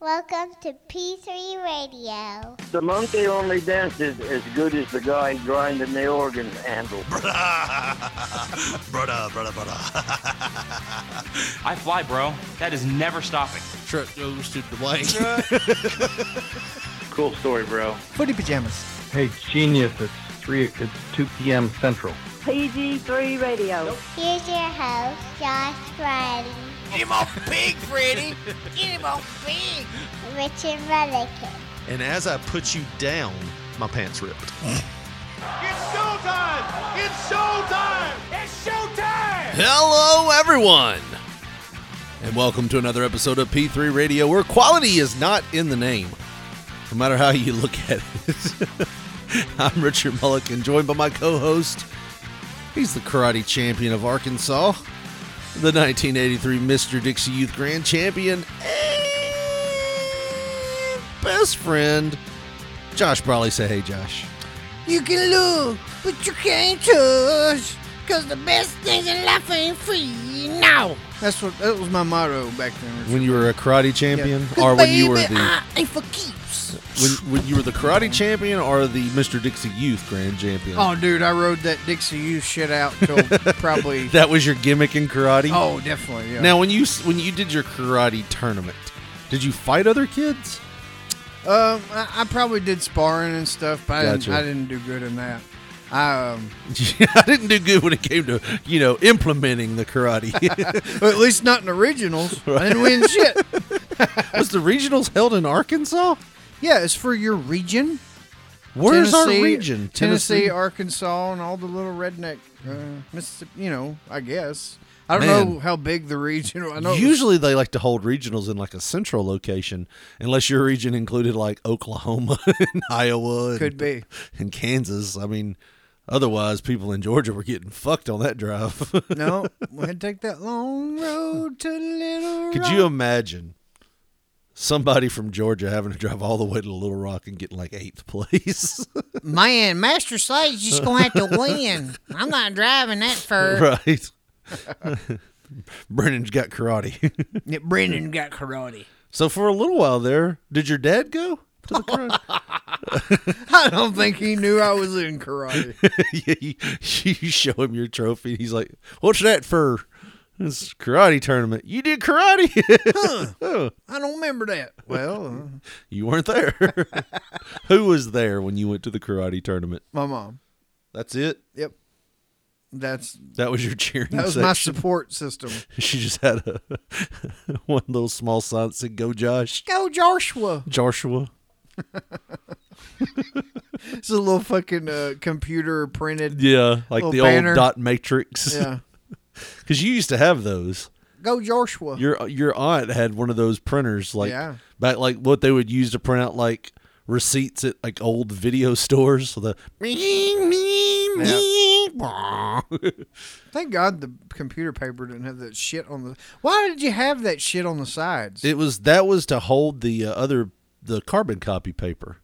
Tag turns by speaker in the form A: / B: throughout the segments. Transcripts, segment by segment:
A: Welcome to P3 Radio.
B: The monkey only dances as good as the guy grinding the organ handle.
C: brother, brother, brother.
D: I fly, bro. That is never stopping.
E: Truck goes to blank.
F: Cool story, bro.
G: Footy pajamas.
H: Hey, genius! It's three. It's two p.m. Central.
I: PG3 Radio.
A: Here's your host, Josh Friday,
J: Get him off pig, Freddy. Get him off pig.
A: Richard Mullican.
E: and as I put you down, my pants ripped.
K: It's showtime! It's showtime! It's showtime!
E: Hello, everyone, and welcome to another episode of P3 Radio, where quality is not in the name, no matter how you look at it. I'm Richard Mulliken, joined by my co-host. He's the karate champion of Arkansas, the 1983 Mr. Dixie Youth Grand Champion, and best friend, Josh Brawley. Say hey, Josh.
J: You can look, but you can't touch. Cause the best things in life ain't free now.
G: That's what that was my motto back then.
E: When you were a karate champion, or when you were the
G: ah.
J: ain't for keeps.
E: when, when you were the karate champion or the Mr. Dixie Youth Grand Champion?
G: Oh, dude, I rode that Dixie U shit out till probably.
E: That was your gimmick in karate.
G: Oh, definitely. Yeah.
E: Now, when you s- when you did your karate tournament, did you fight other kids?
G: um, I, I probably did sparring and stuff, but I, didn't,
E: Gotcha.
G: I didn't do good in that. I, um,
E: I didn't do good when it came to you know implementing the karate.
G: well, at least not in originals. I didn't win shit.
E: was the regionals held in Arkansas?
G: Yeah, it's for your region.
E: Where's
G: Tennessee-
E: our region?
G: Tennessee, Arkansas, and all the little redneck uh, Mississippi. You know, I guess I don't
E: Man.
G: know how big the region. I know it was-
E: Usually they like to hold regionals in like a central location, unless your region included like Oklahoma and Iowa. and-
G: Could be.
E: And Kansas. I mean, otherwise people in Georgia were getting fucked on that drive.
G: no, we had to take that long road to Little
E: Could
G: Rock.
E: you imagine somebody from Georgia having to drive all the way to Little Rock and getting like eighth place?
J: Man, Master Slade's just gonna have to win. I'm not driving that fur.
E: right. Brennan's got karate.
G: Yeah, Brendan got karate.
E: so for a little while there, did your dad go? To the karate?
G: I don't think he knew I was in karate.
E: Yeah, you, you show him your trophy. He's like, "What's that for?" It's karate tournament. You did karate.
G: I don't remember that. Well, uh,
E: you weren't there. Who was there when you went to the karate tournament?
G: my mom.
E: That's it.
G: Yep, that's
E: That was your cheering.
G: that was my
E: section?
G: support system.
E: She just had a one little small sign that said "Go Josh."
G: Go Joshua.
E: Joshua.
G: It's a little fucking uh, computer printed.
E: Yeah, like
G: Little
E: the
G: banner.
E: old dot matrix.
G: Yeah.
E: because you used to have those.
G: Go Joshua.
E: Your your aunt had one of those printers, like
G: Yeah.
E: back like what they would use to print out like receipts at like old video stores. So the
G: Thank God the computer paper didn't have that shit on the. Why did you have that shit on the sides?
E: it was that was to hold the uh, other the carbon copy paper.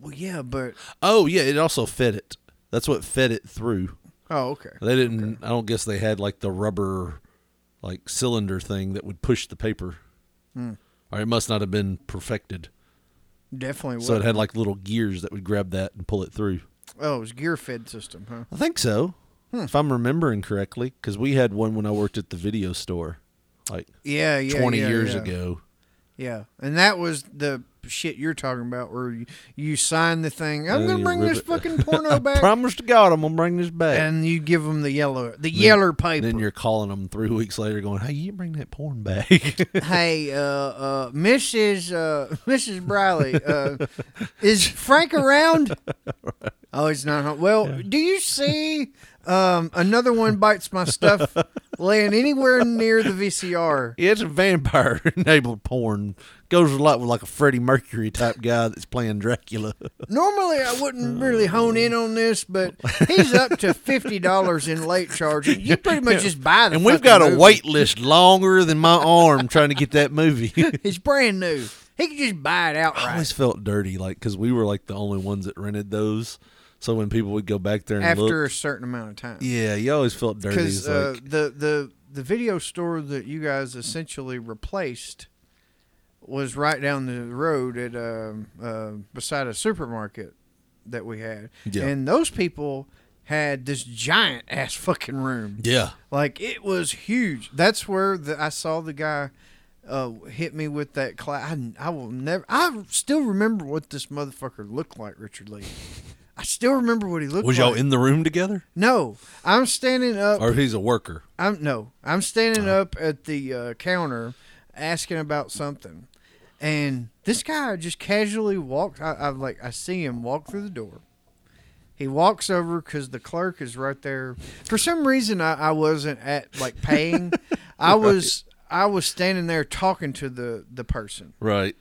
G: well, yeah, but
E: Oh yeah, it also fed it. That's what fed it through.
G: oh, okay.
E: They didn't. I don't guess they had like the rubber, like cylinder thing that would push the paper.
G: Hmm.
E: Or it must not have been perfected.
G: Definitely. Was.
E: So it had like little gears that would grab that and pull it through.
G: oh, it was gear fed system, huh?
E: I think so,
G: Hmm.
E: if I'm remembering correctly, because we had one when I worked at the video store, like
G: Yeah, yeah.
E: 20
G: yeah,
E: years
G: yeah.
E: ago.
G: Yeah, and that was the shit you're talking about, where you, you sign the thing. I'm
E: Oh,
G: gonna
E: you
G: bring
E: rip
G: this
E: it.
G: fucking porno
E: I
G: back,
E: promise to God, I'm gonna bring this back.
G: and you give them the yellow, the yeller paper.
E: then you're calling them three weeks later, going, "Hey, you didn't bring that porn back."
G: hey, uh, uh, Mrs. Uh, Mrs. Briley, uh, is Frank around? Oh, he's not home. Well, do you see um, another one bites my stuff laying anywhere near the VCR?
E: Yeah, it's a vampire enabled porn. Goes a lot with like a Freddie Mercury type guy that's playing Dracula.
G: Normally, I wouldn't really hone in on this, but he's up to fifty dollars in late charges. You pretty much just buy the
E: and we've
G: fucking
E: got a
G: movie.
E: wait list longer than my arm trying to get that movie. I
G: It's brand new. He could just buy it outright.
E: always felt dirty, like because we were like the only ones that rented those. So when people would go back there and
G: After
E: look,
G: a certain amount of time,
E: yeah, you always felt dirty.
G: because
E: It's
G: uh,
E: like,
G: the the the video store that you guys essentially replaced was right down the road at um, uh, beside a supermarket that we had,
E: Yeah.
G: and those people had this giant ass fucking room.
E: Yeah.
G: Like it was huge. That's where the, I saw the guy uh, hit me with that clap. I, I will never. I still remember what this motherfucker looked like, Richard Lee. I still remember what he looked
E: Was
G: like.
E: y'all in the room together?
G: No, I'm standing up.
E: Or he's a worker?
G: I'm no, I'm standing up at the uh, counter, asking about something, and this guy just casually walked. I, I like I see him walk through the door. He walks over because the clerk is right there. For some reason, I, I wasn't at like paying. I was I was standing there talking to the the person,
E: Right.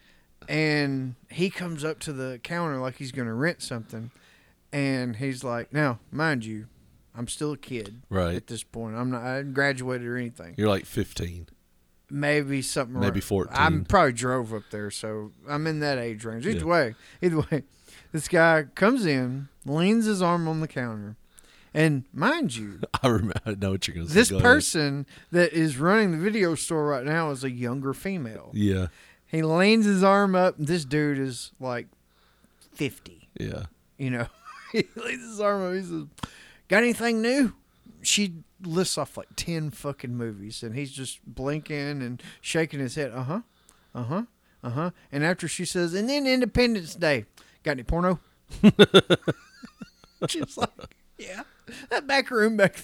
G: and he comes up to the counter like he's going to rent something, and he's like, "Now, mind you, I'm still a kid
E: Right.
G: at this point. I'm not I hadn't graduated or anything.
E: You're like 15.
G: Maybe something.
E: Maybe
G: around-
E: 14.
G: I probably drove up there, so I'm in that age range. Either
E: Yeah.
G: way, either way, this guy comes in, leans his arm on the counter, and mind you,
E: I remember. I know what you're going to say.
G: this
E: Go ahead.
G: person that is running the video store right now is a younger female.
E: Yeah.
G: He leans his arm up. and This dude is like fifty.
E: Yeah.
G: you know, he leaves his arm up. He says, "Got anything new?" She lists off like ten fucking movies, and he's just blinking and shaking his head. Uh huh, uh huh, uh huh. And after she says, "And then Independence Day," got any porno? She's like, "Yeah, that back room back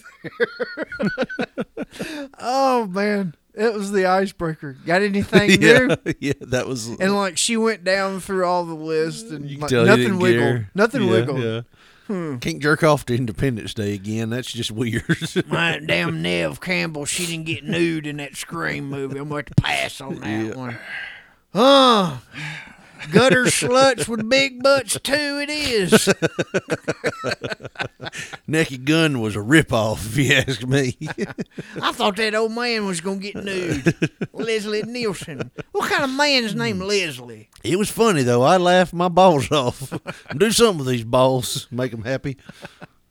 G: there." oh man, it was the icebreaker. Got anything new?
E: Yeah. Yeah. That was.
G: And like she went down through all the list, and
E: you can
G: like,
E: tell he
G: nothing
E: didn't
G: wiggled,
E: care.
G: nothing
E: yeah,
G: wiggled. Hmm.
E: Yeah. Can't jerk off to Independence Day again. That's just weird.
G: My damn Nev Campbell, she didn't get nude in that Scream movie. I'm going to pass on that one. Oh, gutter sluts with big butts too. It is.
E: Naked Gun was a ripoff, if you ask me.
G: I thought that old man was going to get nude. Leslie Nielsen. What kind of man's
E: Hmm.
G: named Leslie?
E: it was funny though. I laughed my balls off. Do something with these balls, make them happy.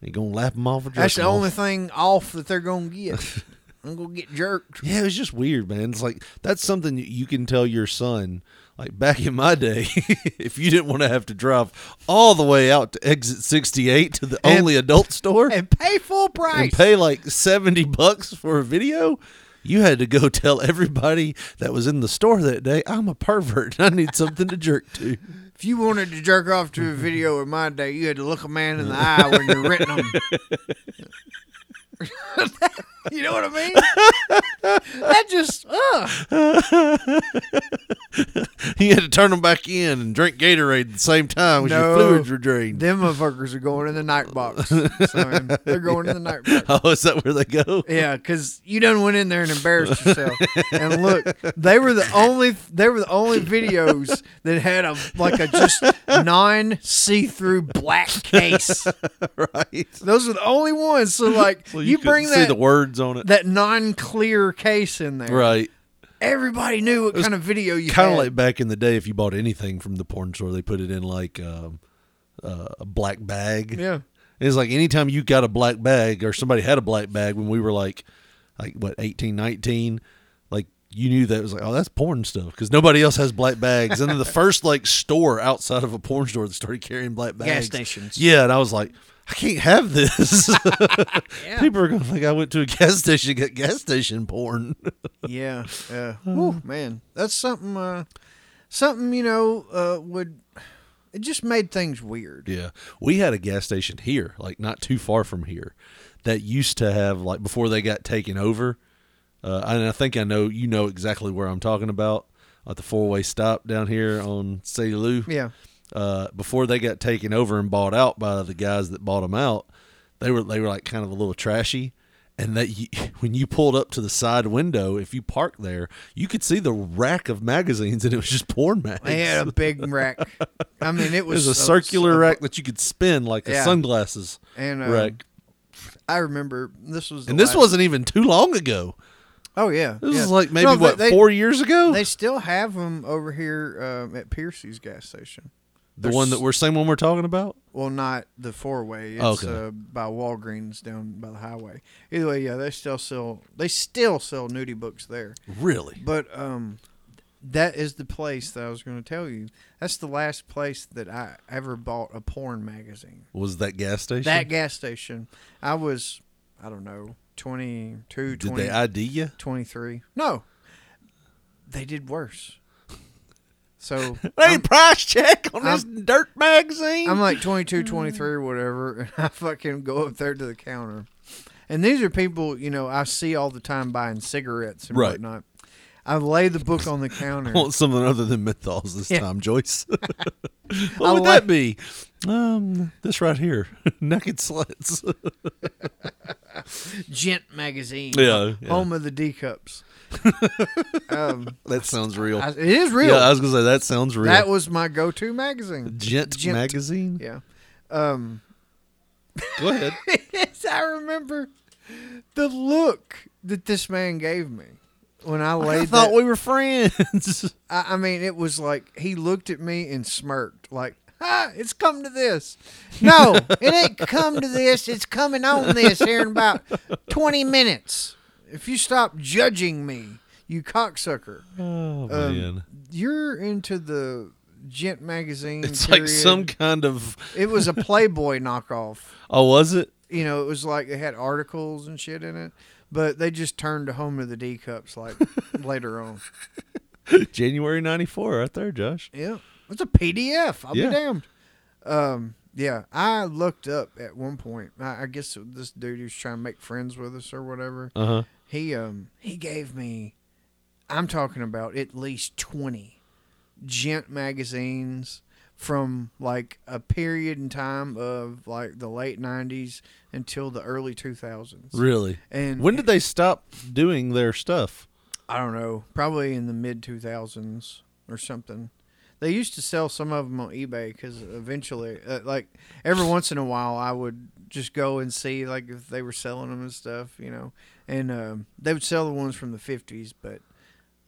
E: You gonna laugh them off? Or jerk
G: That's the
E: 'em off?
G: only thing off that they're going to get. I'm going to get jerked.
E: Yeah, it was just weird, man. It's like that's something that you can tell your son. Like back in my day, if you didn't want to have to drive all the way out to exit 68 to the
G: And-
E: only adult store and,
G: And pay full price.
E: pay like 70 bucks for a video, you had to go tell everybody that was in the store that day, I'm a pervert and I need something to jerk to.
G: if you wanted to jerk off to a video in my day, you had to look a man in the eye when you're renting them. you know what I mean? that just, uh,
E: You had to turn them back in and drink Gatorade at the same time as
G: No.
E: your fluids were drained.
G: them motherfuckers are going in the night box. Son. They're going in the night box.
E: Oh, is that where they go?
G: Yeah, because you done went in there and embarrassed yourself. and look, they were the only they were the only videos that had a like a just non see through black case.
E: right.
G: Those were the only ones. So like
E: So
G: you,
E: couldn't
G: bring
E: see
G: that
E: the words on it.
G: that non clear case in there.
E: right.
G: Everybody knew what kind of video you
E: kind of
G: had.
E: like back in the day if you bought anything from the porn store they put it in like um, uh, a black bag
G: Yeah.
E: it's like anytime you got a black bag or somebody had a black bag when we were like like what 18 19 like you knew that it was like oh that's porn stuff because nobody else has black bags and then the first like store outside of a porn store that started carrying black bags
G: stations.
E: yeah and i was like i can't have this people are gonna think i went to a gas station and got gas station porn
G: yeah, yeah.
E: Uh.
G: Woo, man, that's something. Uh, something you know uh, would it just made things weird.
E: Yeah. We had a gas station here, like not too far from here, that used to have, like, before they got taken over. Uh, and I think I know, you know exactly where I'm talking about at the four way stop down here on City Lou.
G: Yeah,
E: Uh, before they got taken over and bought out by the guys that bought them out, they were, they were like kind of a little trashy. And that you, when you pulled up to the side window, if you parked there, you could see the rack of magazines, and it was just porn mags.
G: they had a big rack. I mean, it
E: It was
G: was
E: a circular rack that you could spin like a
G: Yeah.
E: sunglasses
G: And, uh,
E: rack.
G: I remember this was the
E: And this
G: last-
E: wasn't even too long ago.
G: oh yeah,
E: This
G: yeah.
E: is like maybe
G: No, they-
E: what
G: they,
E: four years ago.
G: They still have them over here um, at Piercy's gas station.
E: the one that we're same one we're talking about.
G: Well, not the four way. It's
E: Okay.
G: uh, by Walgreens down by the highway. Either way, yeah, they still sell they still sell nudie books there.
E: Really?
G: But um, that is the place that I was going to tell you. That's the last place that I ever bought a porn magazine.
E: Was that gas station?
G: That gas station. I was, I don't know, 22,
E: Did
G: 20,
E: they ID you?
G: 23. No, they did worse. So
E: Hey, price check on
G: I'm-
E: this dirt magazine.
G: I'm like 22, 23 or whatever, and I fucking go up there to the counter. And these are people, you know, I see all the time buying cigarettes and
E: Right.
G: whatnot. I lay the book on the counter.
E: I want something other than menthols this
G: Yeah.
E: time, Joyce. what
G: I
E: would
G: like-
E: that be? Um, this right here, naked sluts.
G: Gent magazine.
E: Yeah, yeah.
G: Home of the D cups. um,
E: that sounds real.
G: I- it is real.
E: Yeah, I was gonna say that sounds real.
G: that was my go to magazine.
E: Gent,
G: Gent.
E: magazine.
G: Yeah. Um,
E: Go ahead.
G: yes, I remember the look that this man gave me when I laid
E: I thought
G: that-
E: we were friends.
G: I, I mean, it was like he looked at me and smirked, like, "Ha, it's come to this." No, it ain't come to this. It's coming on this here in about twenty minutes. If you stop judging me, you cocksucker,
E: oh
G: Um,
E: man,
G: you're into the gent magazine.
E: it's like
G: period.
E: some kind of.
G: It was a Playboy knockoff.
E: Oh, was it?
G: You know, it was like they had articles and shit in it, but they just turned to home of the D cups like later on.
E: January '94, right there, Josh.
G: Yeah, it's a PDF. I'll
E: Yeah.
G: be damned. Um, yeah, I looked up at one point. I, I guess this dude who's trying to make friends with us or whatever.
E: Uh huh.
G: He um he gave me, I'm talking about at least twenty, gent magazines from like a period in time of like the late '90s until the early 2000s.
E: Really?
G: And
E: when did they stop doing their stuff?
G: I don't know, probably in the mid 2000s or something. They used to sell some of them on eBay because eventually, uh, like every once in a while, I would just go and see like if they were selling them and stuff, you know. And um, they would sell the ones from the 50s, but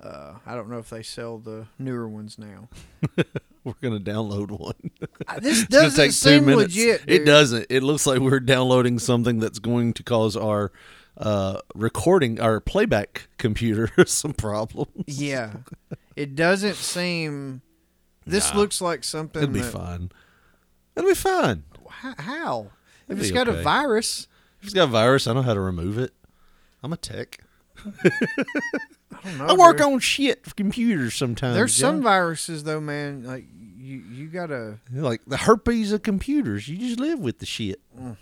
G: uh, I don't know if they sell the newer ones now.
E: We're gonna download one.
G: I- This
E: It's gonna
G: doesn't seem legit.
E: It
G: dude.
E: doesn't. It looks like we're downloading something that's going to cause our uh, recording, our playback computer some problems.
G: Yeah, it doesn't seem. This looks like something.
E: It'll be
G: that-
E: fine. It'll be fine.
G: H- How? If
E: It'll
G: it's
E: be
G: got a
E: okay.
G: virus,
E: If it's got a virus, I know how to remove it. I'm a tech.
G: I, don't know,
E: I work
G: dude.
E: on shit for computers sometimes.
G: There's some
E: John.
G: viruses though, man. Like you, you gotta.
E: like the herpes of computers. You just live with the shit.
G: Mm.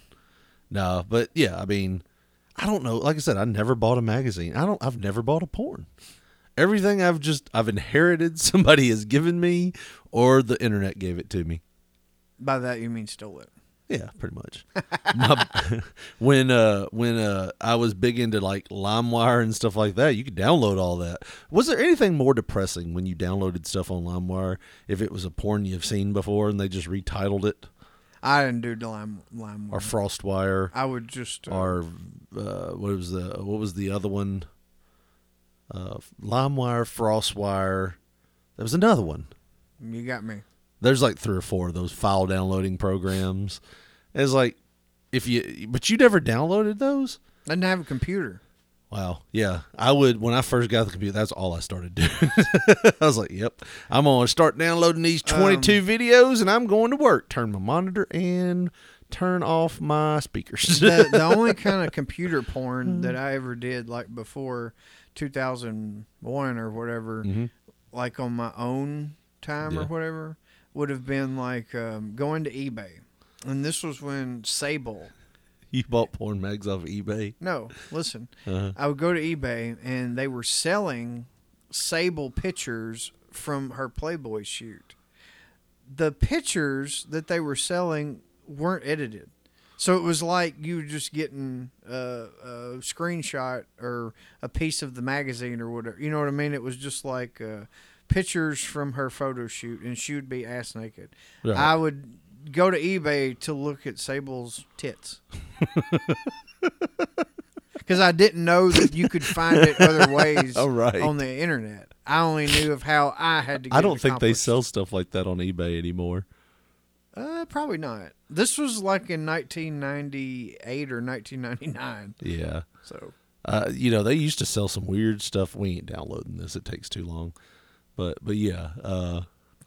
E: No, but yeah, I mean, I don't know. Like I said, I never bought a magazine. I don't. I've never bought a porn. Everything I've just I've inherited. Somebody has given me, or the internet gave it to me.
G: By that you mean stole it.
E: Yeah, pretty much. My- when uh when uh I was big into like LimeWire and stuff like that, you could download all that. Was there anything more depressing when you downloaded stuff on LimeWire if it was a porn you've seen before and they just retitled it
G: I didn't do the lime lime.
E: or FrostWire
G: I would just. Uh,
E: or uh, what was the what was the other one? Uh, LimeWire, FrostWire. There was another one.
G: you got me.
E: There's like three or four of those file downloading programs. It's like if you but you never downloaded those.
G: I didn't have a computer.
E: Wow. Yeah. I would, when I first got the computer, that's all I started doing. I was like, yep, I'm going to start downloading these
G: Um,
E: 22 videos and I'm going to work. Turn my monitor and turn off my speakers.
G: The, the only kind of computer porn that I ever did, like before 2001 or whatever, like on my own time or
E: Yeah.
G: whatever, would have been like um, going to eBay. And this was when Sable
E: you bought porn mags off eBay.
G: No, listen. I would go to eBay and they were selling Sable pictures from her Playboy shoot. The pictures that they were selling weren't edited. So it was like you were just getting a, a screenshot or a piece of the magazine or whatever. You know what I mean? It was just like uh, pictures from her photo shoot, and she would be ass naked.
E: Right.
G: I would go to eBay to look at Sable's tits because I didn't know that you could find it other ways
E: All right.
G: on the internet. I only knew of how I had to. Get
E: I
G: it
E: don't think they
G: accomplished.
E: sell stuff like that on eBay anymore.
G: Uh, probably not. This was like in 1998 or 1999.
E: Yeah.
G: So
E: Uh, you know, they used to sell some weird stuff. We ain't downloading this. It takes too long. But but yeah, uh,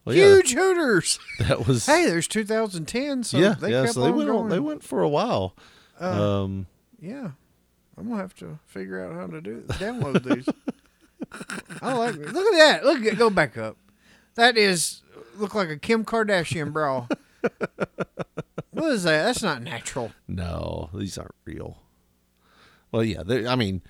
E: well, yeah,
G: Huge Hooters.
E: That was
G: Hey, there's 2010, so
E: yeah
G: they
E: yeah.
G: kept
E: So they
G: on
E: went
G: going.
E: on, they went for a while. um,
G: Yeah, I'm gonna have to figure out how to do download these. I like. Look at that. Look, at- go back up. That is look like a Kim Kardashian bra. what is that? That's not natural.
E: no, these aren't real. Well, yeah, they- I mean,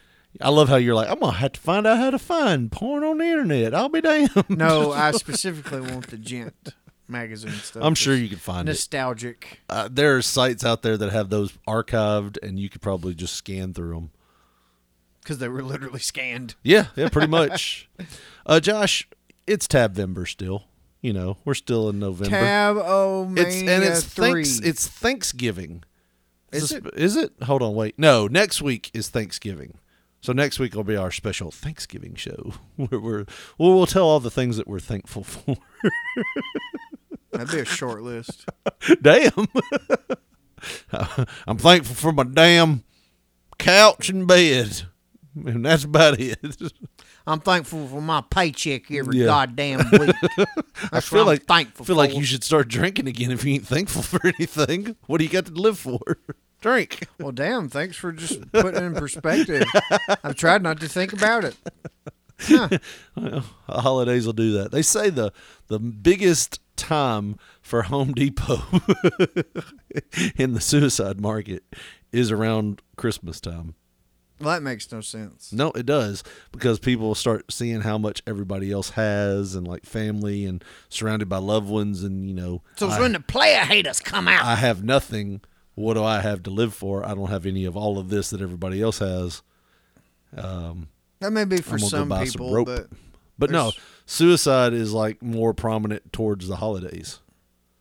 E: I love how you're like, I'm gonna have to find out how to find porn on the internet. I'll be damned.
G: No, I specifically want the Gent magazine stuff.
E: I'm sure
G: that's
E: you could find it.
G: nostalgic.
E: uh, there are sites out there that have those archived, and you could probably just scan through them.
G: because they were literally scanned.
E: Yeah, yeah, pretty much. uh, Josh, it's Tabvember still. You know, we're still in November.
G: Tab O
E: it's and it's
G: three.
E: thanks. It's Thanksgiving.
G: Is
E: it? Is it? Hold on, wait. No, next week is Thanksgiving. So next week will be our special Thanksgiving show where we're well, we'll tell all the things that we're thankful for.
G: that'd be a short list.
E: damn. I'm thankful for my damn couch and bed. And that's about it.
G: I'm thankful for my paycheck every
E: Yeah.
G: goddamn week.
E: I
G: That's
E: feel
G: what I'm
E: like
G: thankful
E: feel like
G: for.
E: you should start drinking again if you ain't thankful for anything. What do you got to live for? Drink.
G: Well, damn, thanks for just putting it in perspective. I've tried not to think about it.
E: The holidays will do that. They say the the biggest time for Home Depot in the suicide market is around Christmas time.
G: Well, that makes no sense.
E: No, it does because people start seeing how much everybody else has and like family and surrounded by loved ones and you know
J: So it's
E: I-
J: when the player haters come out.
E: I have nothing. What do I have to live for? I don't have any of all of this that everybody else has.
G: That may be for
E: I'm gonna
G: some
E: go buy
G: people,
E: some rope.
G: but
E: But no,
G: There's-
E: suicide is like more prominent towards the holidays.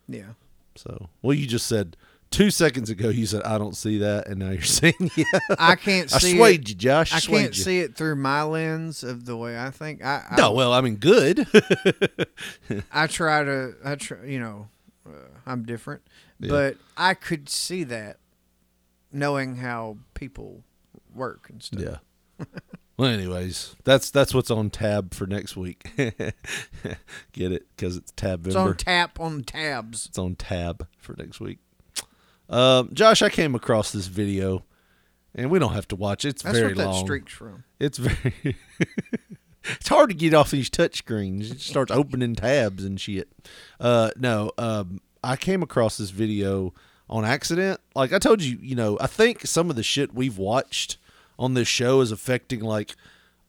G: yeah.
E: So, well, you just said two seconds ago you said I don't see that, and now you're saying yeah.
G: I can't
E: I
G: see
E: swayed
G: it.
E: you, Josh.
G: I
E: swayed
G: can't
E: you.
G: see it through my lens of the way I think. I I,
E: No, well, I mean, good.
G: I try to I try, you know, uh, I'm different, but I could see that knowing how people work and stuff.
E: yeah. Well, anyways, that's that's what's on tab for next week. Get it because it's tab.
G: It's on tap on tabs.
E: its own tab for next week. Um, Josh, I came across this video, and we don't have to watch it. It's
G: That's
E: very
G: what that
E: long.
G: streak's from.
E: It's very. it's hard to get off these touch screens. It starts opening tabs and shit. Uh, no, um, I came across this video on accident. Like I told you, you know, I think some of the shit we've watched on this show is affecting like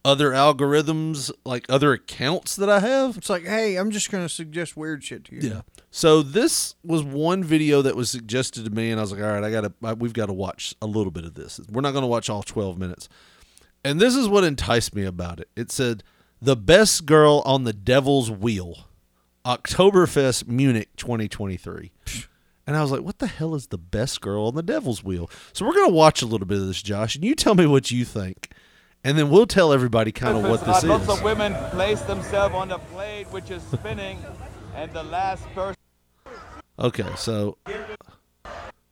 E: other algorithms, like other accounts that I have.
G: It's like, hey, I'm just gonna suggest weird shit to you.
E: Yeah. So this was one video that was suggested to me, and I was like, all right, I gotta, I, we've got to watch a little bit of this. We're not gonna watch all twelve minutes. And this is what enticed me about it. It said, "The best girl on the devil's wheel, Oktoberfest Munich 2023." And I was like, what the hell is the best girl on the devil's wheel? So we're gonna watch a little bit of this, Josh, and you tell me what you think, and then we'll tell everybody kind of what this
K: Uh, Lots of
E: is.
K: women place themselves on the blade which is spinning, and the last person.
E: Okay, so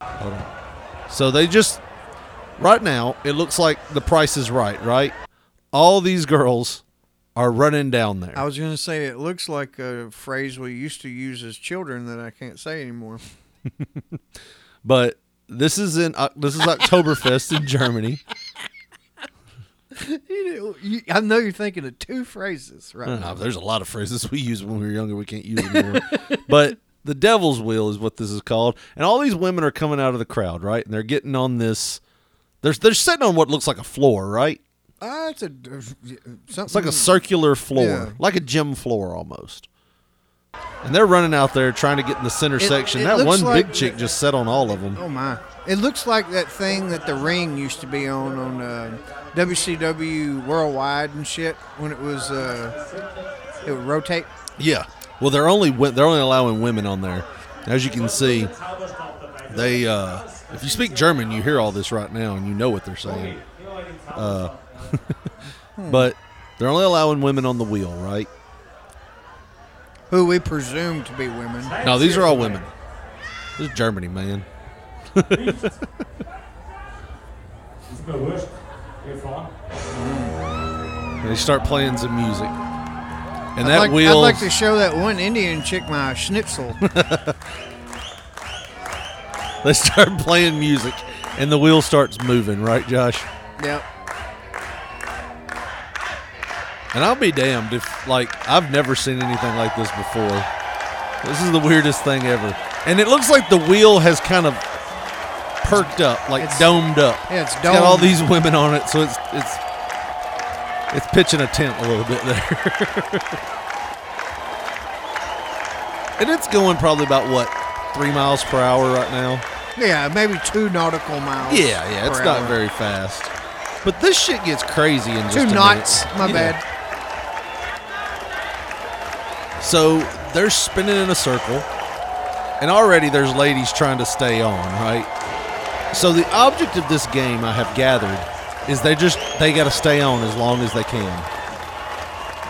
E: hold on. So they just right now it looks like the price is right, right? All these girls are running down there.
G: I was gonna say it looks like a phrase we used to use as children that I can't say anymore.
E: but this is in Oc- this is Oktoberfest in Germany.
G: You know, you, I know you're thinking of two phrases right
E: Uh, there's a lot of phrases we used when we were younger we can't use anymore. but the devil's wheel is what this is called. And all these women are coming out of the crowd, right? And they're getting on this they're they're sitting on what looks like a floor, right?
G: Ah, it's a
E: It's like a circular floor,
G: Hmm. Yeah.
E: like a gym floor almost. And they're running out there trying to get in the center section.
G: it
E: that one
G: looks like-
E: big chick just sat on all of them.
G: Oh my! It looks like that thing that the ring used to be on on uh, WCW Worldwide and shit when it was uh, it would rotate.
E: Yeah. Well, they're only wi- they're only allowing women on there. As you can see, they uh, if you speak German, you hear all this right now and you know what they're saying.
G: Hmm.
E: Uh, but they're only allowing women on the wheel, right?
G: Who we presume to be women.
E: No, these are all women. This is Germany, man. They start playing some music. And And
G: I'd
E: that
G: like,
E: wheel.
G: I'd like to show that one Indian chick my schnitzel.
E: They start playing music, and the wheel starts moving, right, Josh?
G: yep.
E: And I'll be damned if, like, I've never seen anything like this before. This is the weirdest thing ever. And it looks like the wheel has kind of perked up, like
G: It's-
E: domed up.
G: Yeah, it's
E: It's got all
G: domed.
E: these women on it, so it's it's it's pitching a tent a little bit there. and it's going probably about what three miles per hour right now.
G: Yeah, maybe two nautical miles.
E: Yeah, yeah, it's
G: per
E: not
G: hour.
E: very fast. But this shit gets crazy in just a
G: Two
E: minute.
G: knots. My
E: Yeah.
G: bad.
E: So they're spinning in a circle, and already there's ladies trying to stay on, right? So the object of this game, I have gathered, is they just they got to stay on as long as they can.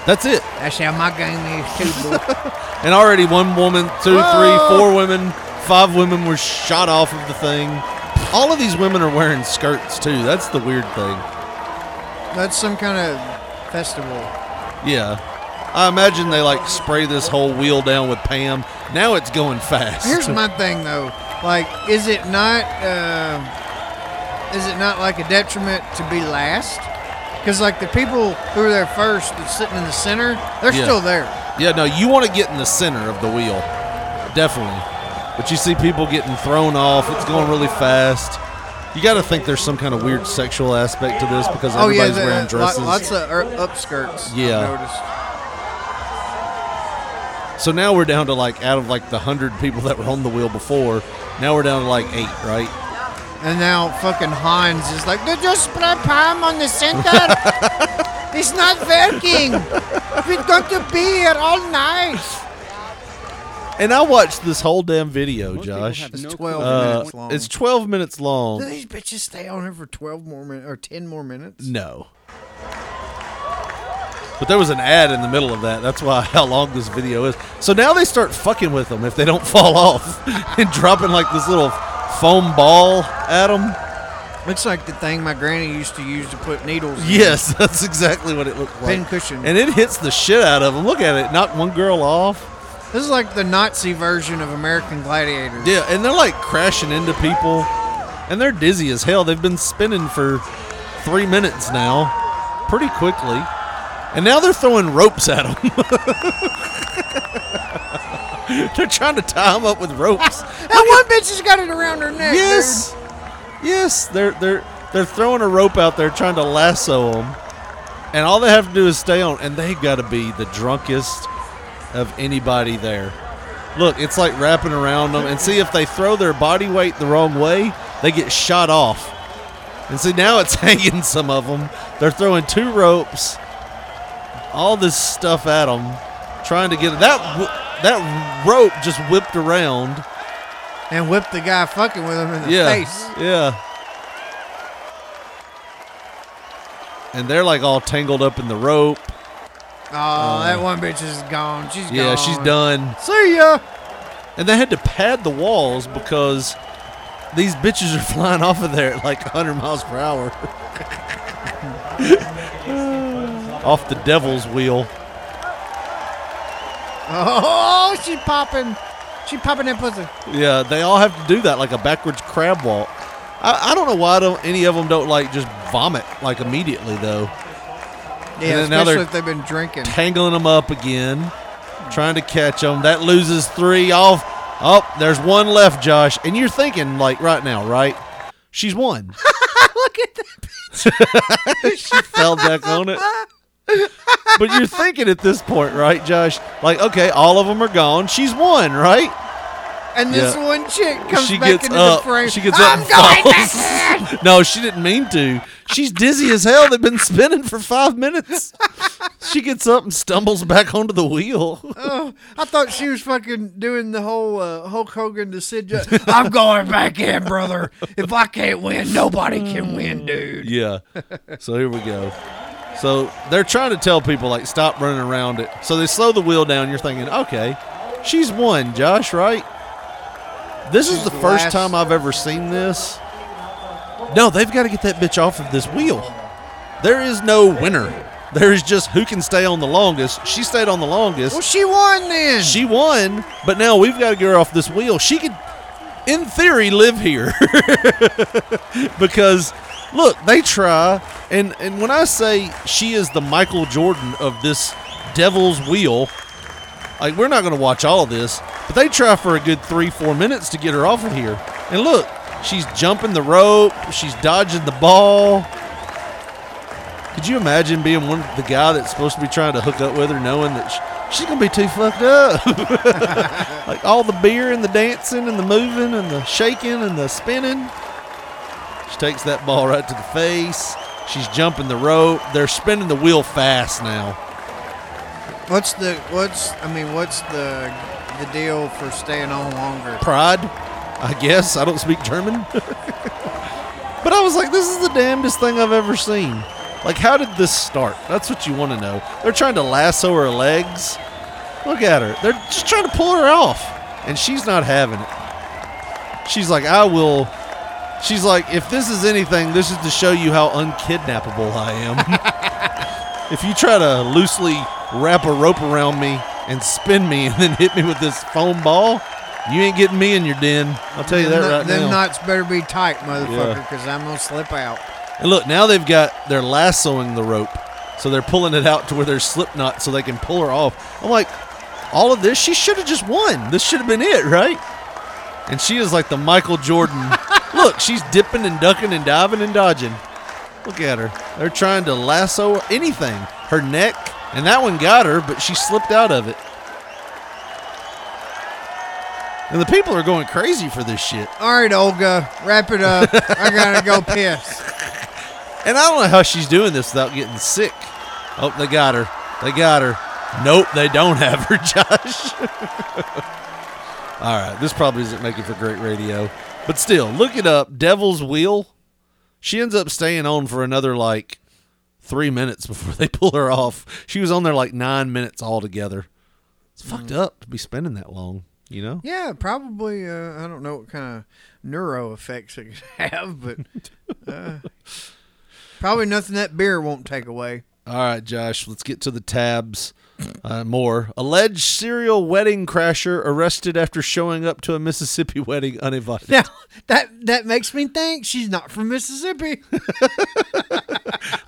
E: That's it.
G: That's how my game is too. boy.
E: And already one woman, two,
G: Whoa.
E: three, four women, five women were shot off of the thing. All of these women are wearing skirts too. That's the weird thing.
G: That's some kind of festival.
E: Yeah. I imagine they like spray this whole wheel down with Pam. Now it's going fast.
G: Here's my thing though. Like, is it not? Uh, is it not like a detriment to be last? Because like the people who were there first, that's sitting in the center, they're
E: Yeah.
G: still there. Oh,
E: Yeah, no, you want to get in the center of the wheel. Definitely. But you see people getting thrown off. It's going really fast. You got to think there's some kind of weird sexual aspect to this because everybody's
G: Oh, the-
E: wearing
G: lo-
E: dresses.
G: Lots of er, upskirts. I've
E: Yeah.
G: noticed.
E: so now we're down to like out of like the 100 people that were on the wheel before, now we're down to like 8, right?
G: And now fucking Hans is like, they just spray palm on the center. it's not working. We're going to be here all night.
E: And I watched this whole damn video, Josh.
G: It's 12
E: Uh,
G: minutes long.
E: it's 12 minutes long.
G: Do these bitches stay on here for 12 more minutes or 10 more minutes?
E: No. But there was an ad in the middle of that. That's why how long this video is. So now they start fucking with them if they don't fall off and dropping like this little foam ball at them.
G: Looks like the thing my granny used to use to put needles in.
E: Yes, that's exactly what it looked like.
G: Pincushion.
E: And it hits the shit out of them. Look at it. Knocked one girl off.
G: This is like the Nazi version of American Gladiator.
E: Yeah, and they're like crashing into people. And they're dizzy as hell. They've been spinning for three minutes now, pretty quickly. And now they're throwing ropes at them. they're trying to tie them up with ropes.
G: That one bitch has got it around her neck.
E: yes, yes, they're they're they're throwing a rope out there trying to lasso them, and all they have to do is stay on. And they've got to be the drunkest of anybody there. Look, it's like wrapping around them, and see if they throw their body weight the wrong way, they get shot off. And see now it's hanging some of them. They're throwing two ropes, all this stuff at them, trying to get that wh- that rope just whipped around.
G: dude. And whipped the guy fucking with him in the
E: Yeah.
G: face.
E: Yeah. And they're like all tangled up in the rope.
G: Oh, that one bitch is gone. She's
E: Yeah,
G: gone.
E: she's done.
G: See ya.
E: And they had to pad the walls because these bitches are flying off of there at like 100 miles per hour. off the devil's wheel.
G: Oh, she popping. She popping that pussy.
E: Yeah, they all have to do that like a backwards crab walk. I, I don't know why don't any of them don't like just vomit like immediately though.
G: Yeah,
E: then now they're-
G: especially if they've been drinking.
E: tangling them up again, trying to catch them. That loses three off. Oh, there's one left, Josh. And you're thinking, like, right now, right? She's won.
G: Look at that.
E: she fell back on it. But you're thinking at this point, right, Josh? Like, okay, all of them are gone. She's won, right?
G: And this
E: Yeah.
G: one chick comes
E: she
G: back
E: gets
G: into
E: up.
G: the frame.
E: She gets
G: I'm
E: up and
G: going
E: falls. no, she didn't mean to. She's dizzy as hell. They've been spinning for five minutes. she gets up and stumbles back onto the wheel.
G: Oh, I thought she was fucking doing the whole uh, Hulk Hogan to Sid. Ju- I'm going back in, brother. If I can't win, nobody can win, dude.
E: Yeah. So here we go. So they're trying to tell people like stop running around it. So they slow the wheel down. You're thinking, okay, she's won, Josh, right? This is the
G: the
E: first
G: last-
E: time I've ever seen this. No, they've got to get that bitch off of this wheel. There is no winner. There's just who can stay on the longest. She stayed on the longest.
G: Well, she won then.
E: She won, but now we've got to get her off this wheel. She could, in theory, live here because look, they try, and and when I say she is the Michael Jordan of this devil's wheel, like we're not going to watch all of this, but they try for a good three four minutes to get her off of here, and look, she's jumping the rope, she's dodging the ball. Could you imagine being one the guy that's supposed to be trying to hook up with her, knowing that sh she's gonna be too fucked up? like all the beer and the dancing and the moving and the shaking and the spinning. She takes that ball right to the face. She's jumping the rope. They're spinning the wheel fast now.
G: what's the what's I mean what's the the deal for staying on longer?
E: Pride, I guess. I don't speak German. but I was like, this is the damnedest thing I've ever seen. Like, how did this start? That's what you want to know. They're trying to lasso her legs. Look at her. They're just trying to pull her off. And she's not having it. She's like, I will. She's like, if this is anything, this is to show you how unkidnappable I am. if you try to loosely wrap a rope around me and spin me and then hit me with this foam ball, you ain't getting me in your den. I'll tell you that
G: Them-
E: right
G: them
E: now.
G: knots better be tight, motherfucker,
E: Yeah.
G: because I'm gonna slip out.
E: And look, now they've got they're lassoing the rope, so they're pulling it out to where there's slip knot, so they can pull her off. I'm like, all of this, she should have just won. This should have been it, right? And she is like the Michael Jordan. look, she's dipping and ducking and diving and dodging. Look at her. They're trying to lasso anything. Her neck, and that one got her, but she slipped out of it. And the people are going crazy for this shit.
G: All right, Olga, wrap it up. I gotta go piss.
E: And I don't know how she's doing this without getting sick. Oh, they got her. They got her. Nope, they don't have her, Josh. All right, this probably isn't making for great radio. But still, look it up. Devil's Wheel. She ends up staying on for another like three minutes before they pull her off. She was on there like nine minutes altogether. It's fucked up to be spending that long, you know?
G: Yeah, probably. Uh, I don't know what kind of neuro effects it could have, but uh, probably nothing that beer won't take away.
E: All right, Josh, let's get to the tabs. Uh, more. Alleged serial wedding crasher arrested after showing up to a Mississippi wedding uninvited.
G: Now that that makes me think she's not from Mississippi.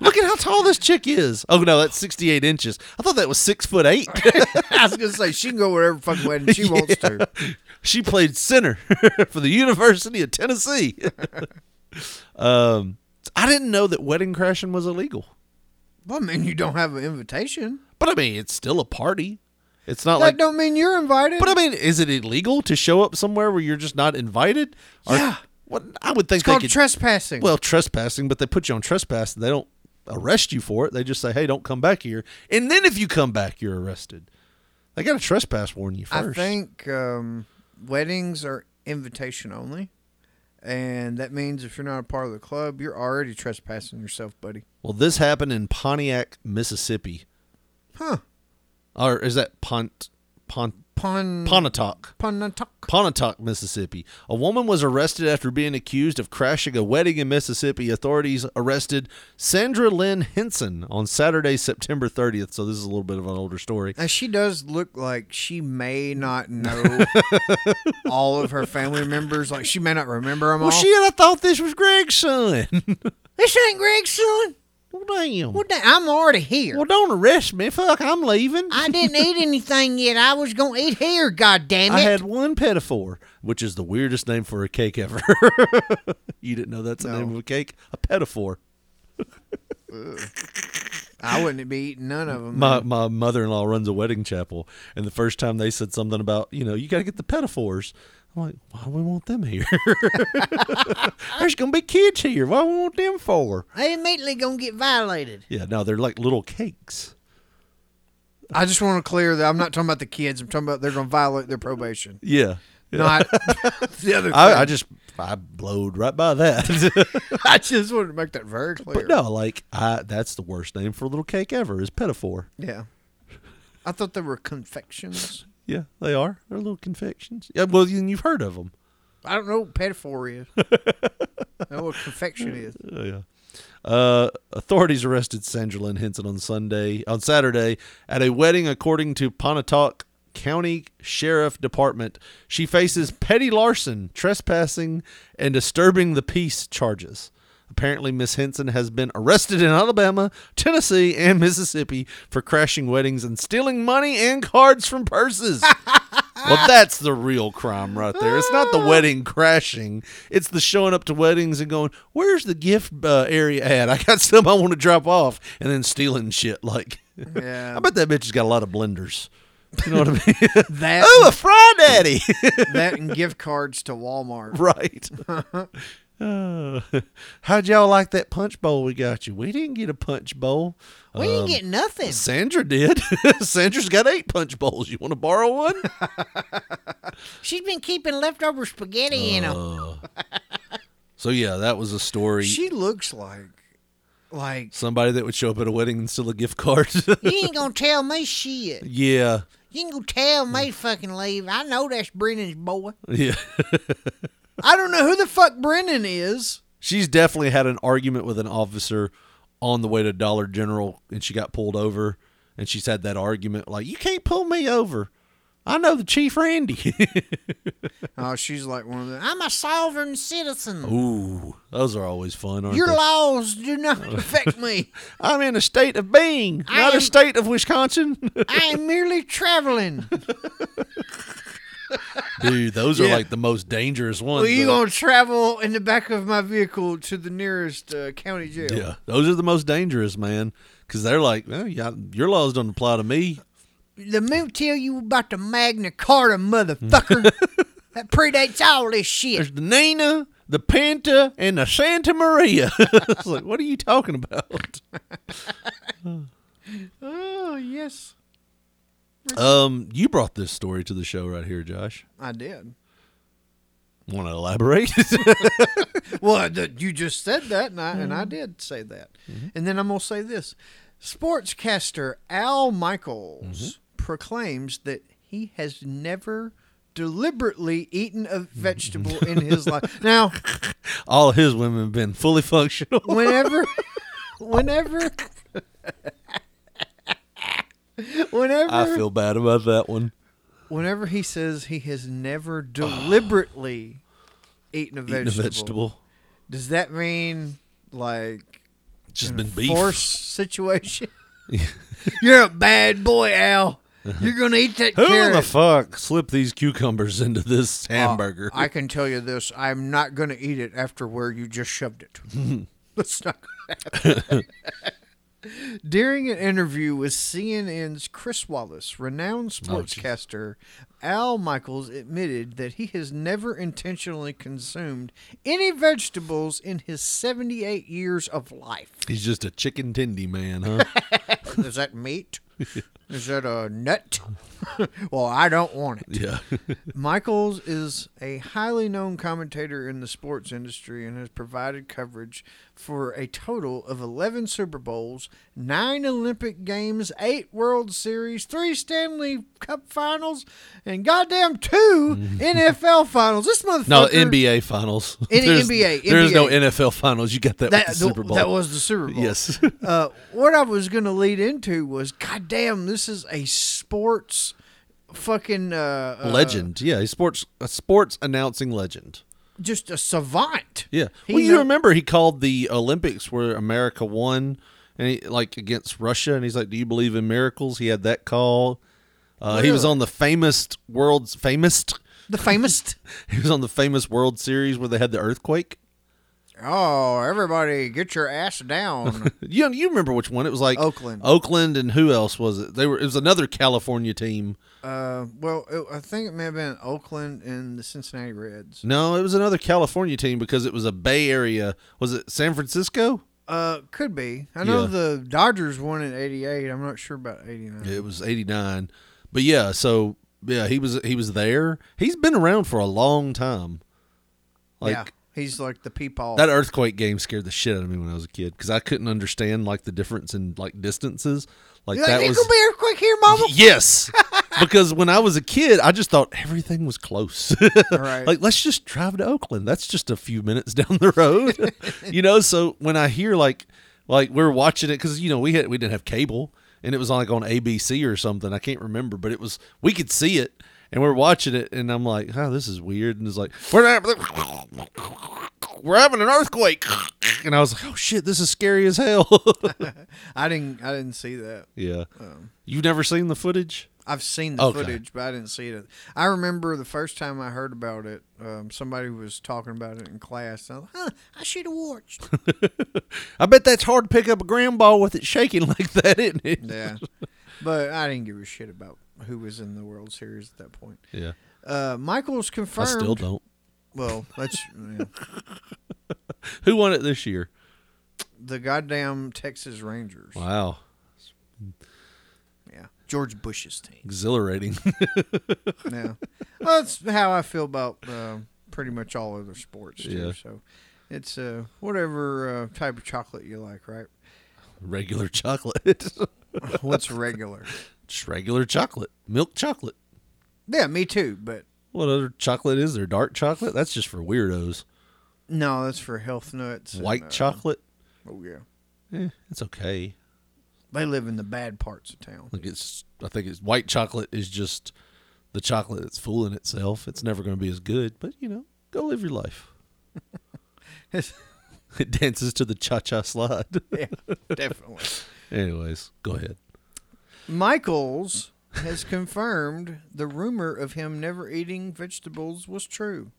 E: Look at how tall this chick is. Oh, no, that's 68 inches. I thought that was six foot eight.
G: I was gonna say she can go wherever fucking wedding she wants to.
E: she played center for the University of Tennessee. um, I didn't know that wedding crashing was illegal.
G: Well, I mean, you don't have an invitation.
E: But I mean, it's still a party. It's not
G: That
E: like.
G: don't mean you're invited.
E: But I mean, is it illegal to show up somewhere where you're just not invited? Or-
G: Yeah.
E: What I would think
G: it's
E: they
G: called
E: could-
G: trespassing.
E: Well, trespassing, but they put you on trespass. They don't arrest you for it. They just say, "Hey, don't come back here." And then if you come back, you're arrested. They got a trespass warn you
G: I
E: first.
G: think um, weddings are invitation only, and that means if you're not a part of the club, you're already trespassing yourself, buddy.
E: Well, this happened in Pontiac, Mississippi,
G: Huh?
E: or is that Pont Pont
G: Pun
E: Pontotoc?
G: Pontotoc.
E: Pontotoc, Mississippi. A woman was arrested after being accused of crashing a wedding in Mississippi. Authorities arrested Sandra Lynn Henson on Saturday, September 30th. So this is a little bit of an older story.
G: Now she does look like she may not know all of her family members. Like she may not remember them
E: Well,
G: all.
E: shit, I thought this was Greg's son.
G: this ain't Greg's son.
E: well, damn.
G: Well, da- I'm already here.
E: Well, don't arrest me. Fuck, I'm leaving.
G: I didn't eat anything yet. I was gonna eat here. God damn it!
E: I had one pedophore, which is the weirdest name for a cake ever. you didn't know that's the name of a cake? A pedophore.
G: I wouldn't be eating none of them.
E: My my mother in law runs a wedding chapel, and the first time they said something about you know you got to get the pedophores. I'm like, why do we want them here? There's gonna be kids here. Why we want them for?
G: I immediately gonna get violated.
E: Yeah, no, they're like little cakes.
G: I just want to clear that I'm not talking about the kids. I'm talking about they're gonna violate their probation.
E: Yeah,
G: Not the other.
E: I, I
G: thing.
E: just I blowed right by that.
G: I just wanted to make that very clear.
E: but no, like I that's the worst name for a little cake ever is pedophore.
G: Yeah. I thought they were confections.
E: Yeah, they are. They're little confections. Yeah, well, then you've heard of them.
G: I don't know what pedophore is. I know what confection is.
E: Oh, yeah. Uh, authorities arrested Sandra Lynn Henson on Sunday, on Saturday, at a wedding, according to Pontotoc County Sheriff Department. She faces petty larceny, trespassing, and disturbing the peace charges. Apparently, Miss Henson has been arrested in Alabama, Tennessee, and Mississippi for crashing weddings and stealing money and cards from purses. Well, that's the real crime right there. It's not the
G: Ah.
E: wedding crashing. It's the showing up to weddings and going, "Where's the gift uh, area at? I got some I want to drop off," and then stealing shit. Like,
G: Yeah.
E: I bet that bitch has got a lot of blenders. You know what I mean?
G: That
E: oh, a fry daddy.
G: that and gift cards to Walmart.
E: right. Uh, how'd y'all like that punch bowl we got you? We didn't get a punch bowl.
G: We
E: Um,
G: ain't getting nothing.
E: Sandra did. Sandra's got eight punch bowls. You want to borrow one?
J: She's been keeping leftover spaghetti in 'em.
E: so yeah, that was a story.
G: Uh, She looks like like
E: Somebody that would show up at a wedding and steal a gift card.
J: You ain't gonna tell me shit.
E: yeah.
J: You ain't gonna tell me fucking leave. I know that's Brennan's boy.
E: Yeah.
G: I don't know who the fuck Brennan is.
E: She's definitely had an argument with an officer on the way to Dollar General and she got pulled over and she's had that argument like, You can't pull me over. I know the Chief Randy.
G: Oh, she's like one of the
J: I'm a sovereign citizen.
E: Ooh. Those are always fun, aren't
G: Your
E: they?
G: laws do not affect me.
E: I'm in a state of being,
J: I
E: not a
J: am-
E: state of Wisconsin.
J: I am merely traveling.
E: Dude, those are like the most dangerous ones.
G: Well, you
E: though.
G: gonna travel in the back of my vehicle to the nearest uh, county jail?
E: Yeah, those are the most dangerous, man. Because they're like, well, yeah, your laws don't apply to me.
J: Let me tell you about the Magna Carta, motherfucker. that predates all this shit.
E: There's the Nina, the Panta, and the Santa Maria. it's like, what are you talking about?
G: Oh yes,
E: Um, you brought this story to the show right here, Josh.
G: I did.
E: Want to elaborate?
G: Well, th- you just said that, and I and I did say that.
E: Mm-hmm.
G: And then I'm gonna say this: sportscaster Al Michaels
E: Mm-hmm.
G: proclaims that he has never deliberately eaten a
E: Mm-hmm.
G: vegetable in his life. Now,
E: All his women have been fully functional.
G: whenever, whenever, whenever,
E: I feel bad about that one.
G: whenever he says he has never deliberately eaten a
E: Eating
G: vegetable,
E: a vegetable,
G: does that mean like
E: It's just been beef.
G: force situation? You're a bad boy, Al. You're gonna eat that
E: Uh-huh. Who
G: carrot.
E: in the fuck slipped these cucumbers into this
G: Uh,
E: hamburger?
G: I can tell you this: I'm not gonna eat it after where you just shoved it. That's not gonna happen. During an interview with CNN's Chris Wallace, renowned sportscaster Al Michaels admitted that he has never intentionally consumed any vegetables in his 78 years of life.
E: He's just a chicken tendy man, huh?
G: Is that meat? Is that a nut? well, I don't want it.
E: yeah.
G: Michaels is a highly known commentator in the sports industry and has provided coverage for a total of 11 Super Bowls, 9 Olympic Games, 8 World Series, 3 Stanley Cup Finals, and goddamn 2 NFL Finals. This motherfucker.
E: No, NBA finals.
G: In-
E: There's-
G: NBA,
E: There's no
G: NBA.
E: NFL finals. You got that,
G: That,
E: with the Super Bowl.
G: that was the Super Bowl.
E: Yes.
G: uh, what I was going to lead into was, goddamn, this is a sports fucking uh, uh,
E: legend. Yeah, he's sports a sports announcing legend.
G: just a savant.
E: Yeah.
G: He
E: well, you
G: kno-
E: remember he called the Olympics where America won, and he, like against Russia, and he's like, "Do you believe in miracles?" He had that call. Uh, he was on the famous world's famous.
G: the famous.
E: He was on the famous World Series where they had the earthquake.
G: Oh, everybody, get your ass down!
E: You you remember which one? It was like
G: Oakland.
E: Oakland, and who else was it? They were. It was another California team.
G: uh, well, it, I think it may have been Oakland and the Cincinnati Reds.
E: No, it was another California team because it was a Bay Area. Was it San Francisco?
G: Uh, could be. I know
E: Yeah.
G: the Dodgers won in '88. I'm not sure about '89.
E: It was eighty nine. But yeah, so yeah, he was he was there. He's been around for a long time. Like
G: yeah, he's like the peepaw.
E: that uh, earthquake game scared the shit out of me when I was a kid because I couldn't understand like the difference in like distances. Like
G: You're like,
E: that
G: "There's
E: was
G: gonna be earthquake here, mama.
E: yes, because when I was a kid, I just thought everything was close.
G: Right.
E: like, let's just drive to Oakland. That's just a few minutes down the road. you know, so when I hear like like we we're watching it cuz you know, we had we didn't have cable and it was like on ABC or something. I can't remember, but it was we could see it and we we're watching it and I'm like, "Oh, this is weird." And it's like, "We're not, we're having an earthquake." And I was like, "Oh shit, this is scary as hell."
G: I didn't. I didn't see that.
E: yeah. You've never seen the footage?
G: I've seen the
E: Okay.
G: footage, but I didn't see it. I remember the first time I heard about it. Um, somebody was talking about it in class. And I was like, huh, I should have watched.
E: I bet that's hard to pick up a ground ball with it shaking like that, isn't it?
G: yeah, but I didn't give a shit about who was in the World Series at that point.
E: Yeah.
G: Uh, Michael's
E: I
G: confirmed.
E: still don't.
G: Well, that's yeah,
E: Who won it this year?
G: the goddamn Texas Rangers.
E: Wow.
G: Yeah, George Bush's team.
E: Exhilarating.
G: Yeah, well, that's how I feel about uh, pretty much all other sports. Too,
E: Yeah.
G: So it's uh, whatever uh, type of chocolate you like, right?
E: regular chocolate.
G: What's regular?
E: Just regular chocolate. Milk chocolate.
G: Yeah, me too. But
E: What other chocolate is there? Dark chocolate? That's just for weirdos.
G: no, that's for health nuts. and,
E: White
G: uh,
E: chocolate?
G: Oh yeah,
E: Eh, it's okay.
G: they live in the bad parts of town.
E: Like it's I think it's white chocolate is just the chocolate that's fooling itself. It's never gonna be as good, but you know, go live your life. It dances to the cha cha slide.
G: yeah, definitely.
E: Anyways, go ahead.
G: Michaels has confirmed the rumor of him never eating vegetables was true.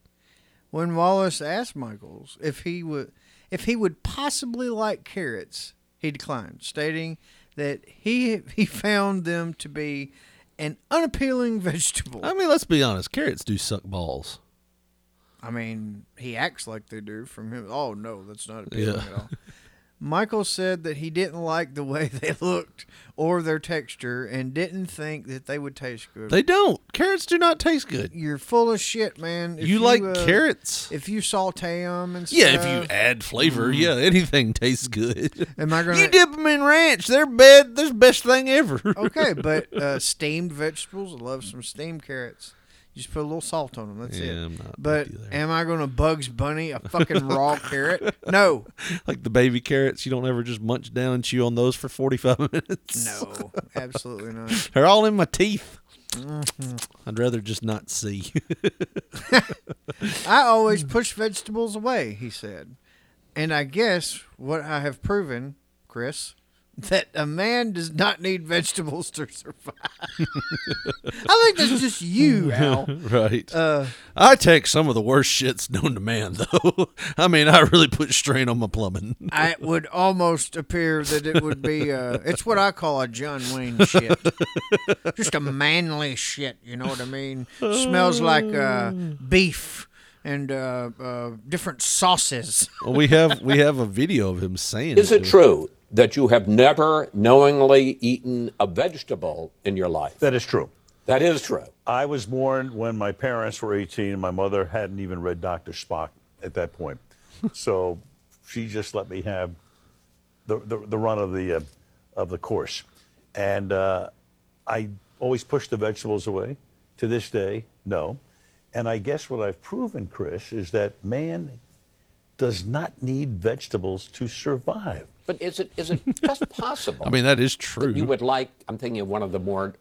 G: When Wallace asked Michaels if he would if he would possibly like carrots, he declined, stating that he he found them to be an unappealing vegetable.
E: I mean, let's be honest. Carrots do suck balls.
G: I mean, he acts like they do from him. Oh no, that's not appealing
E: Yeah.
G: at all. Michael said that he didn't like the way they looked or their texture and didn't think that they would taste good.
E: They don't. Carrots do not taste good.
G: You're full of shit, man. If
E: you, like
G: uh,
E: carrots?
G: If you saute them and stuff.
E: yeah, if you add flavor, yeah, anything tastes good.
G: Am I gonna?
E: You dip them in ranch. They're bad. They're the best thing ever.
G: Okay, but uh, steamed vegetables. I love some steamed carrots. You just put a little salt on them. That's
E: Yeah,
G: it.
E: I'm not with
G: but
E: you there.
G: am I gonna Bugs Bunny a fucking raw carrot? No,
E: Like the baby carrots, you don't ever just munch down and chew on those for 45 minutes.
G: no, absolutely not.
E: They're all in my teeth.
G: Mm-hmm.
E: I'd rather just not see.
G: I always push vegetables away. He said, and I guess what I have proven, Chris. That a man does not need vegetables to survive. I think that's just you, Al.
E: right.
G: Uh,
E: I take some of the worst shits known to man, though. I mean, I really put strain on my plumbing.
G: I- it would almost appear that it would be uh it's what I call a John Wayne shit. Just a manly shit, you know what I mean? Smells like uh beef and uh, uh different sauces.
E: Well, we have we have a video of him saying.
C: Is it true that you have never knowingly eaten a vegetable in your life?
F: That is true.
C: That is true.
F: I was born when my parents were 18 and my mother hadn't even read Dr. Spock at that point. so she just let me have the, the, the run of the, uh, of the course. And uh, I always push the vegetables away. To this day, no. And I guess what I've proven, Chris, is that man does not need vegetables to survive.
C: But is it is it just possible
E: I mean, that is true.
C: you would like I'm thinking of one of the more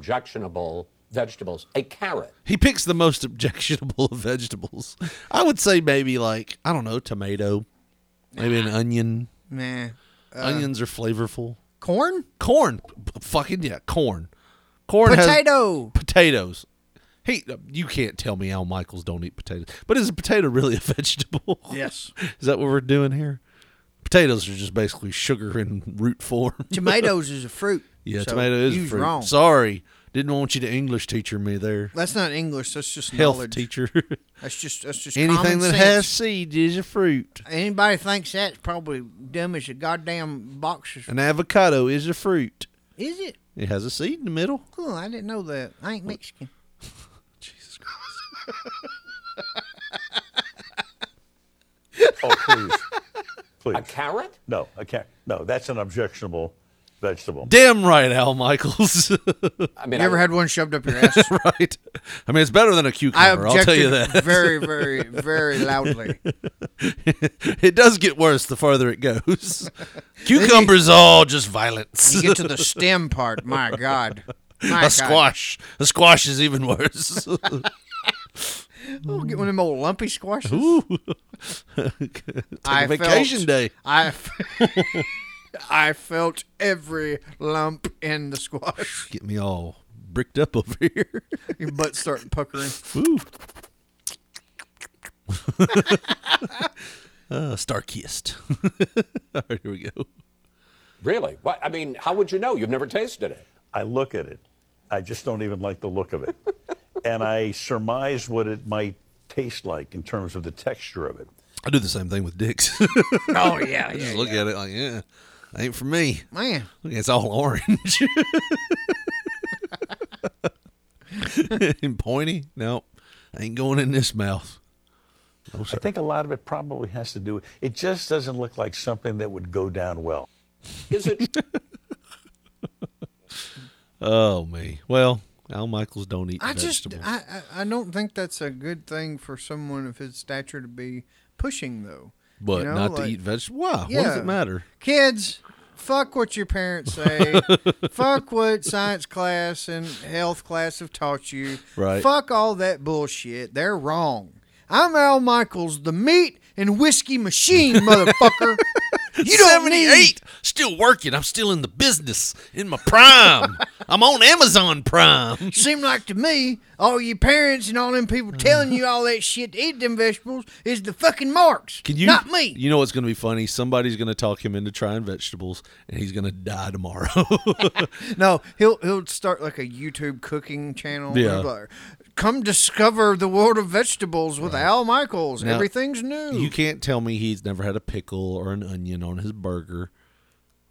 C: non-objectionable vegetables, a carrot.
E: he picks the most objectionable of vegetables. I would say maybe like I don't know, tomato, maybe an onion.
G: Nah.
C: Uh,
E: Onions are flavorful.
G: Corn?
E: Corn, p- fucking yeah, corn. Corn has-
G: Potato.
E: potatoes. Hey, you can't tell me Al Michaels don't eat potatoes. But is a potato really a vegetable?
G: Yes.
E: is that what we're doing here? Potatoes are just basically sugar in root form.
G: Tomatoes is a fruit.
E: Yeah,
G: so
E: tomato is
G: you's
E: fruit.
G: wrong.
E: Sorry, didn't want you to English teacher me there.
G: that's not English, that's just
E: Health
G: knowledge.
E: teacher.
G: That's just that's just common
E: Anything that
G: sense.
E: has seed is a fruit.
G: Anybody thinks that's probably dumb as a goddamn box. of-
E: An avocado is a fruit.
G: Is it?
E: It has a seed in the middle.
G: Cool, I didn't know that. I ain't Mexican.
F: Oh, please.
C: A
F: please.
C: carrot?
F: No, I can't. No, that's an objectionable vegetable.
E: Damn right, Al Michaels.
C: I
G: you ever had one shoved up your ass?
E: right. I mean, it's better than a
G: I
E: cucumber. I'll
G: objected
E: tell you that.
G: very, very, very loudly.
E: it does get worse the farther it goes. Cucumbers all just violence.
G: You get to the stem part. My God. My
E: a
G: God.
E: squash. A squash is even worse.
G: Ooh, get one of them old lumpy squashes.
E: Ooh.
G: I
E: vacation
G: felt,
E: day.
G: I, f- I felt every lump in the squash.
E: Get me all bricked up over here.
G: Your butt starting puckering.
E: Ooh. uh, Starkist. all right, here we go.
C: Really? What? I mean, how would you know? You've never tasted it.
F: I look at it. I just don't even like the look of it. and I surmise what it might taste like in terms of the texture of it.
E: I do the same thing with dicks.
G: Oh, yeah.
E: I
G: yeah,
E: just look at it like, yeah, ain't for me.
G: Man.
E: Look, it's all orange and pointy. No, ain't going in this mouth.
F: I think a lot of it probably has to do with it just doesn't look like something that would go down well.
C: Is it
E: Oh me. Well, Al Michaels don't eat
G: I just,
E: vegetables.
G: I, I, I don't think that's a good thing for someone of his stature to be pushing, though. You
E: but
G: know,
E: not to
G: like-
E: eat vegetables. Why? What does
G: Yeah.
E: it matter?
G: kids fuck what your parents say fuck what science class and health class have taught you
E: Right.
G: fuck all that bullshit they're wrong i'm al michaels the meat and whiskey machine motherfucker you don't need
E: Still working. I'm still in the business. In my prime. I'm on Amazon Prime.
G: seem like to me all your parents and all them people
E: Mm.
G: telling you all that shit to eat them vegetables is the fucking marks
E: Can you
G: not me
E: You know what's going to be funny? Somebody's going to talk him into trying vegetables, and he's going to die tomorrow.
G: No, he'll he'll start like a YouTube cooking channel.
E: Yeah.
G: He'll be like, Come discover the world of vegetables with Al Michaels.
E: Now,
G: Everything's new.
E: You can't tell me he's never had a pickle or an onion on his burger,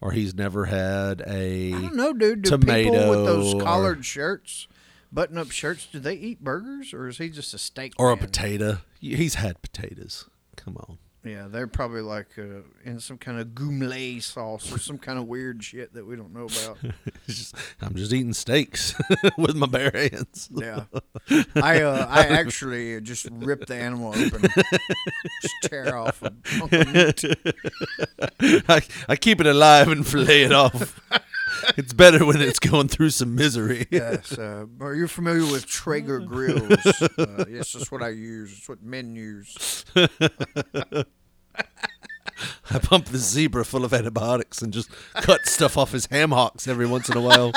E: or he's never had a.
G: I don't know, dude. Do people with those
E: tomato or-
G: collared shirts, button up shirts, do they eat burgers or is he just a steak?
E: Or a
G: man?
E: potato. He's had potatoes. Come on.
G: Yeah, they're probably like uh, in some kind of gourmet sauce or some kind of weird shit that we don't know about.
E: It's just- I'm just eating steaks with my bare hands.
G: Yeah, I uh, I actually just rip the animal open, just tear off a hunk of meat.
E: I, I keep it alive and fillet it off. it's better when it's going through some misery.
G: Yes. Uh, are you familiar with Traeger grills? Uh, yes, that's what I use. It's what men use.
E: I pump the zebra full of antibiotics and just cut stuff off his ham hocks every once in a while.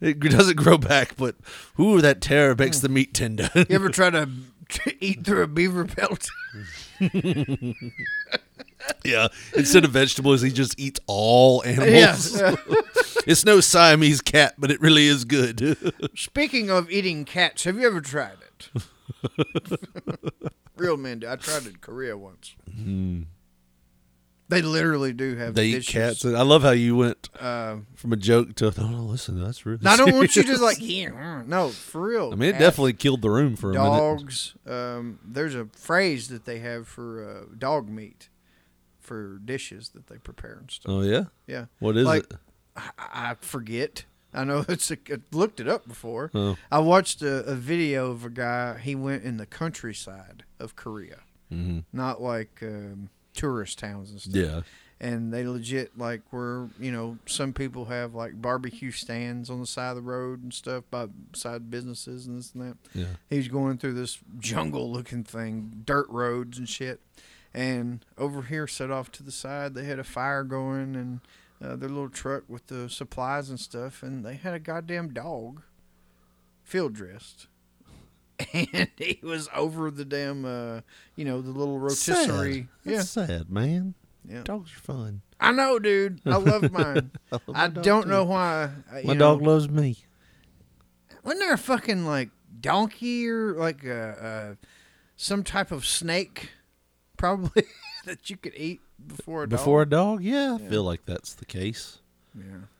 E: it doesn't grow back, but ooh, that terror makes the meat tender.
G: You ever try to eat through a beaver pelt?
E: Yeah. Instead of vegetables, he just eats all animals.
G: Yes. Uh,
E: it's no Siamese cat, but it really is good.
G: Speaking of eating cats, have you ever tried it? Real men do. I tried it in Korea once. They literally do have
E: Hmm. they eat
G: dishes.
E: cats. I love how you went from a joke to, oh, no, listen, that's rude.
G: Now, I don't want you to like, yeah, no, for real.
E: I mean, it
G: Cats,
E: definitely killed the room for a minute.
G: dogs. Um, there's a phrase that they have for uh, dog meat for dishes that they prepare and stuff.
E: Oh, yeah?
G: Yeah.
E: What is
G: Like,
E: it?
G: I, I forget. I know it's. A, I looked it up before.
E: Oh.
G: I watched a, a video of a guy. He went in the countryside of Korea, mm-hmm. not like um, tourist towns and stuff.
E: Yeah.
G: And they legit like were you know some people have like barbecue stands on the side of the road and stuff by side businesses and this and that.
E: Yeah.
G: He's going through this jungle looking thing, dirt roads and shit. And over here, set off to the side, they had a fire going and uh, their little truck with the supplies and stuff. And they had a goddamn dog field dressed. And he was over the damn, uh, you know, the little rotisserie.
E: Sad. That's sad, man.
G: Yeah.
E: Dogs are fun.
G: I know, dude. I love mine. I, don't know why. I-
E: My
G: you
E: dog
G: know,
E: loves me.
G: wasn't there a fucking like donkey or like a, a some type of snake, probably that you could eat before a dog?
E: Before a dog? Yeah, I feel like that's the case.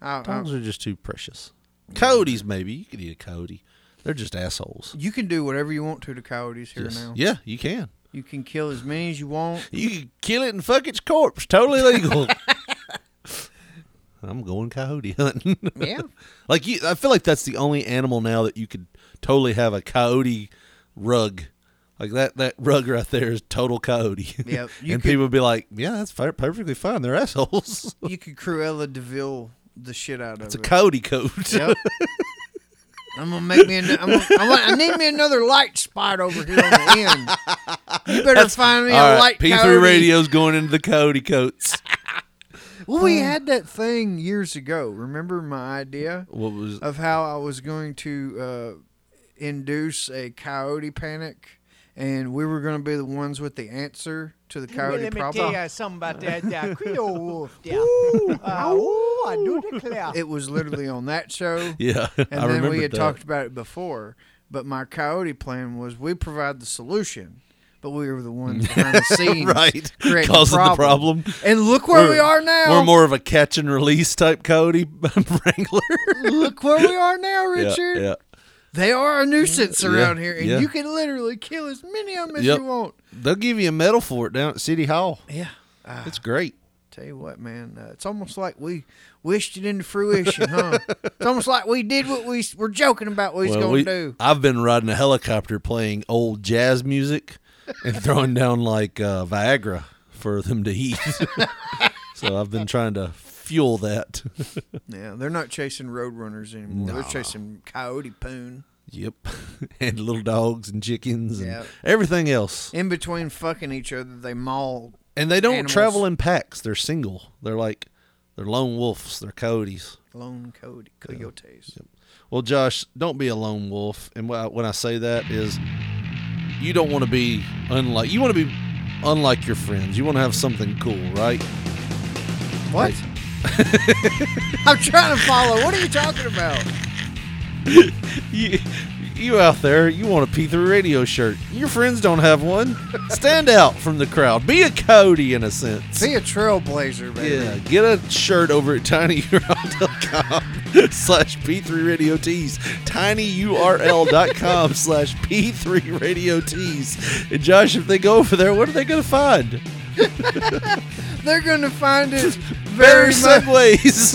G: I- I-
E: Dogs are just too precious. Coyotes, maybe. You could eat a coyote. They're just assholes.
G: you can do whatever you want to to coyotes here
E: Yes.
G: now.
E: Yeah, you can.
G: You can kill as many as you want.
E: You can kill it and fuck its corpse. Totally legal. I'm going coyote hunting.
G: Yeah.
E: like you, I feel like that's the only animal now that you could totally have a coyote rug. Like that, that rug right there is total coyote.
G: Yeah, you
E: and
G: could-
E: people would be like, "Yeah, that's fi- perfectly fine. They're assholes."
G: You could Cruella Deville the shit out of
E: It's a
G: it.
E: coyote coat.
G: Yep. I'm gonna make me. An, I'm gonna, I, want, I need me another light spot over here on the end. You better find me a light.
E: P three
G: coyote.
E: radio's going into the coyote coats.
G: Well, we had that thing years ago. Remember my idea
E: what was?
G: of how I was going to uh, induce a coyote panic, and we were going to be the ones with the answer to the coyote
L: let me
G: problem.
L: tell you something about that there Creole wolf there. Uh, oh, I do declare.
G: It was literally on that show.
E: Yeah,
G: and
E: I
G: then
E: remembered
G: we had
E: that.
G: talked about it before. But my coyote plan was we provide the solution, but we were the ones behind the scenes,
E: right,
G: creating
E: causing
G: the
E: the problem.
G: And look where
E: We're-
G: we are now.
E: We're more of a catch and release type coyote wrangler.
G: look where we are now,
E: Yeah,
G: Richard.
E: yeah.
G: They are a nuisance
E: Yeah,
G: around here, and
E: yeah.
G: you can literally kill as many of them as
E: Yep.
G: you want.
E: They'll give you a medal for it down at City Hall.
G: Yeah.
E: it's great.
G: Tell you what, man, uh, it's almost like we wished it into fruition, huh? it's almost like we did what we s- were joking about we was
E: Well,
G: going
E: we-
G: to do.
E: I've been riding a helicopter playing old jazz music and throwing down like uh, Viagra for them to eat. so I've been trying to fuel that.
G: Yeah, they're not chasing roadrunners anymore. They're chasing coyote poon
E: yep. And little dogs and chickens and
G: Yep.
E: everything else.
G: in between fucking each other. They maul
E: And they don't
G: animals.
E: travel in packs. They're single. They're like they're lone wolves. They're coyotes.
G: lone coyote coyotes.
E: Well, Josh, don't be a lone wolf. And wh- when I say that is, you don't want to be unlike. You want to be unlike your friends. You want to have something cool, right?
G: What? I'm trying to follow. What are you talking about?
E: You, you out there, you want a P3 radio shirt. Your friends don't have one. Stand out from the crowd. Be a coyote in a sense.
G: Be a trailblazer, baby.
E: Yeah, get a shirt over at tinyurl.com slash P3 Radio Tees. Tinyurl.com slash P3 Radio Tees. And Josh, if they go over there, what are they going to find?
G: They're going to find it
E: Very
G: very much.
E: subways.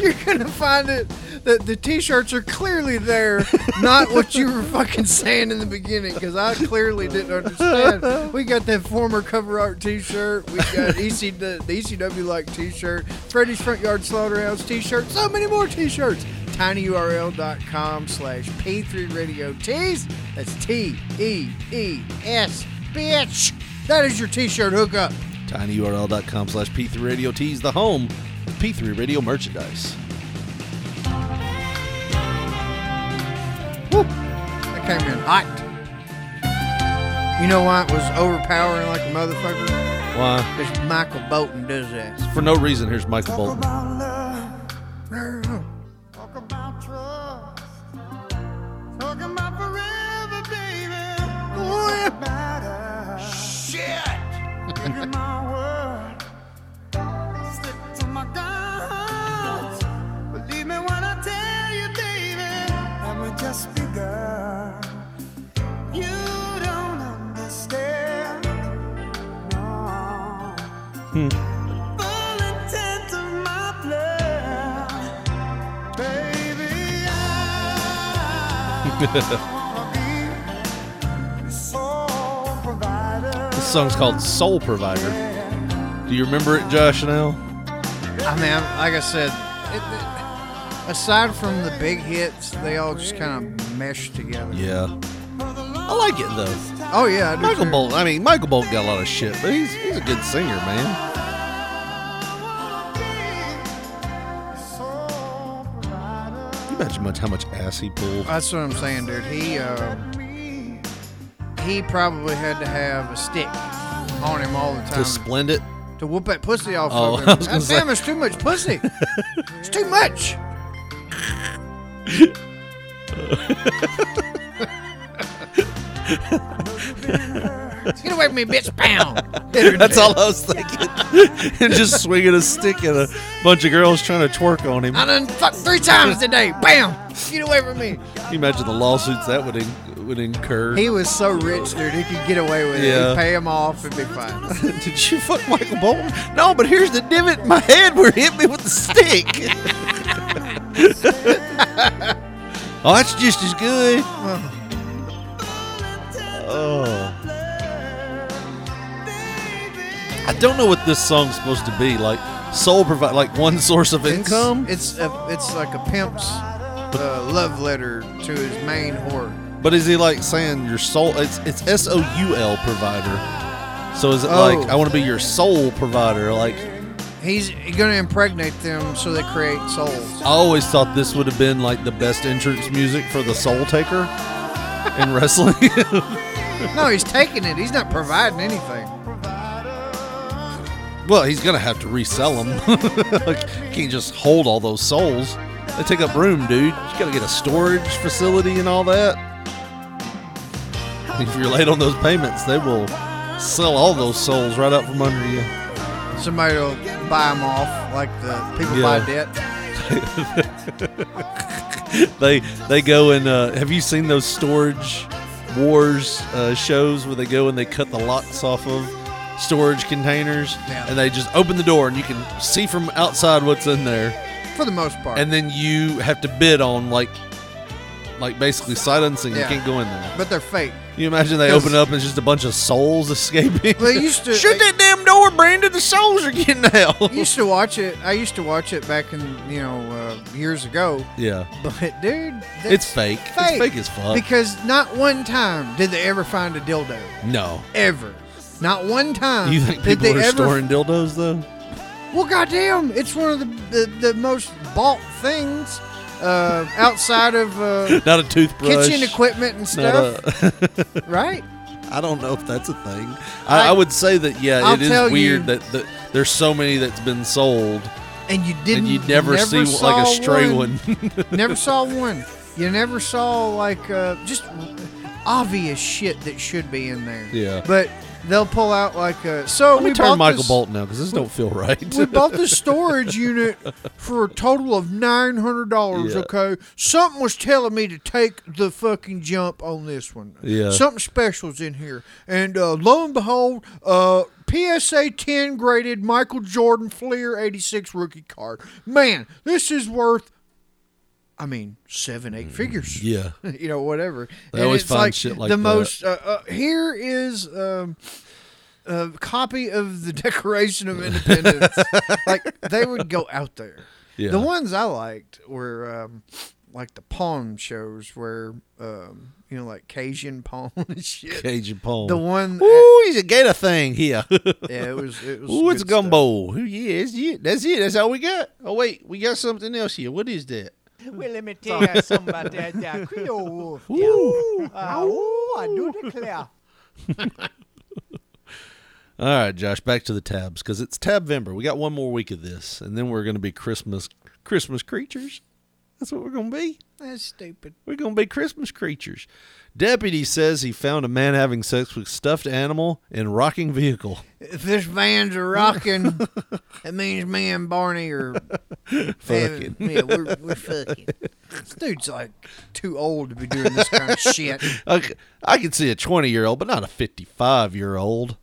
G: You're going to find it that the t-shirts are clearly there, not what you were fucking saying in the beginning because I clearly didn't understand. We got that former cover art t-shirt. We got EC, the, the ECW like t-shirt. Freddy's Front Yard Slaughterhouse t-shirt. So many more t-shirts. tinyurl.com slash P3 Radio Tees. That's T-E-E-S, bitch. That is your t-shirt hookup.
E: tinyurl.com slash P3 Radio Tees, the home of P3 Radio merchandise.
G: That came in hot. You know why it was overpowering like a motherfucker?
E: Why?
G: Because Michael Bolton does that.
E: For no reason, here's Michael Bolton.
J: Talk about trust. Talk about forever, baby. What matter? Shit. Give you my word. Stick to my guns. Believe me when I tell you, baby. And we just begun. You don't understand. No. Full intent of my plan. Baby, I so provider.
E: This song's called Soul Provider. Do you remember it, Josh, now?
G: I mean, I'm- like I said, it, it- aside from the big hits, they all just kind of mesh together.
E: Yeah. I like it, though.
G: Oh yeah, I do
E: Michael
G: too.
E: Bolton. I mean, Michael Bolton got a lot of shit, but he's he's a good singer, man. You imagine much how much ass he pulled.
G: That's what I'm saying, dude. He uh, he probably had to have a stick on him all the time
E: To splend it.
G: to whoop that pussy off
E: Oh,
G: of him.
E: I was
G: God
E: gonna
G: damn,
E: say-
G: it's too much pussy. it's too much. Get away from me, bitch! Pound.
E: That's all I was thinking. and just swinging a stick at a bunch of girls trying to twerk on him.
G: I done fucked three times today. Bam! Get away from me.
E: Can you imagine the lawsuits that would in, would incur?
G: He was so rich, dude. He could get away with it.
E: Yeah.
G: He'd pay him off and be fine.
E: Did you fuck Michael Bolton? No, but here's the divot in my head where it hit me with the stick. oh, that's just as good. Oh. I don't know what this song's supposed to be. Like soul provide like one source of
G: It's-
E: income.
G: It's a, it's like a pimp's uh, love letter to his main whore.
E: But is he like saying your soul? It's it's S O U L provider. So is it like
G: Oh.
E: I want to be your soul provider? Like
G: He's going to impregnate them so they create souls.
E: I always thought this would have been like the best entrance music for the Soul Taker in wrestling.
G: No, he's taking it. He's not providing anything.
E: well, he's gonna have to resell them. like, can't just hold all those souls. They take up room, dude. You gotta get a storage facility and all that. If you're late on those payments, they will sell all those souls right out from under you.
G: Somebody will buy them off, like the people buy
E: Yeah.
G: debt.
E: they they go and uh, have you seen those storage wars uh, shows where they go and they cut the locks off of storage containers
G: Yeah.
E: and they just open the door and you can see from outside what's in there
G: For the most part.
E: and then you have to bid on like like basically sight unseen you
G: Yeah.
E: can't go in there
G: but they're fake.
E: you imagine they
G: 'Cause-
E: open up and it's just a bunch of souls escaping
G: Well, I used to-
E: shut that damn door brandon the souls are getting out
G: used to watch it. I used to watch it back in you know uh, years ago.
E: yeah
G: But dude, that's
E: it's fake. it's fake as fuck
G: Because not one time did they ever find a dildo.
E: no
G: Ever. Not one time.
E: You think
G: Uh, did
E: people
G: they
E: are
G: ever?
E: storing dildos though?
G: Well, goddamn, it's one of the the, the most bought things uh, outside of uh,
E: Not a toothbrush.
G: kitchen equipment and stuff, right?
E: I don't know if that's a thing. I, I, would say that yeah,
G: I'll
E: it is
G: tell
E: weird
G: you-
E: that the, there's so many that's been sold,
G: And you didn't.
E: and you never, see
G: saw
E: like a stray one.
G: never saw one. You never saw like uh, just obvious shit that should be in there.
E: Yeah.
G: But they'll pull out like uh, so.
E: Let me
G: we
E: turn
G: bought
E: Michael
G: this-
E: Bolton now because this don't feel right.
G: we bought this storage unit for a total of nine hundred dollars.
E: Yeah.
G: Okay, something was telling me to take the fucking jump on this one.
E: Yeah.
G: something special's in here, and uh, lo and behold, uh, PSA ten graded Michael Jordan Fleer eighty six rookie card. Man, this is worth. I mean, seven, eight figures.
E: yeah.
G: you know, whatever.
E: They always
G: it's
E: find shit like
G: the
E: that.
G: most. Uh, uh, here is. Um, a copy of the Declaration of Independence. like they would go out there.
E: Yeah.
G: The ones I liked were um, like the pawn shows where um, you know like Cajun pawn and shit.
E: Cajun Palm.
G: The one
E: Ooh, he's a gator thing here.
G: yeah, it was it was
E: Ooh, it's
G: good stuff.
E: gumbo. Ooh, yeah, it's it. That's it. That's all we got. Oh wait, we got something else here. What is that?
L: Well, let me tell you something about that, that Creole wolf. Yeah.
E: Ooh.
L: Uh, oh, I do declare.
E: All right, Josh, back to the tabs because it's Tabvember. We got one more week of this, and then we're going to be Christmas Christmas creatures. That's what we're going to be.
G: That's stupid.
E: We're going to be Christmas creatures. Deputy says he found a man having sex with stuffed animal in rocking vehicle.
G: If this van's a rocking, it means me and Barney are
E: Fucking.
G: yeah, we're, we're fucking. This dude's like too old to be doing this kind of shit.
E: I, c- I can see a 20 year old, but not a 55 year old.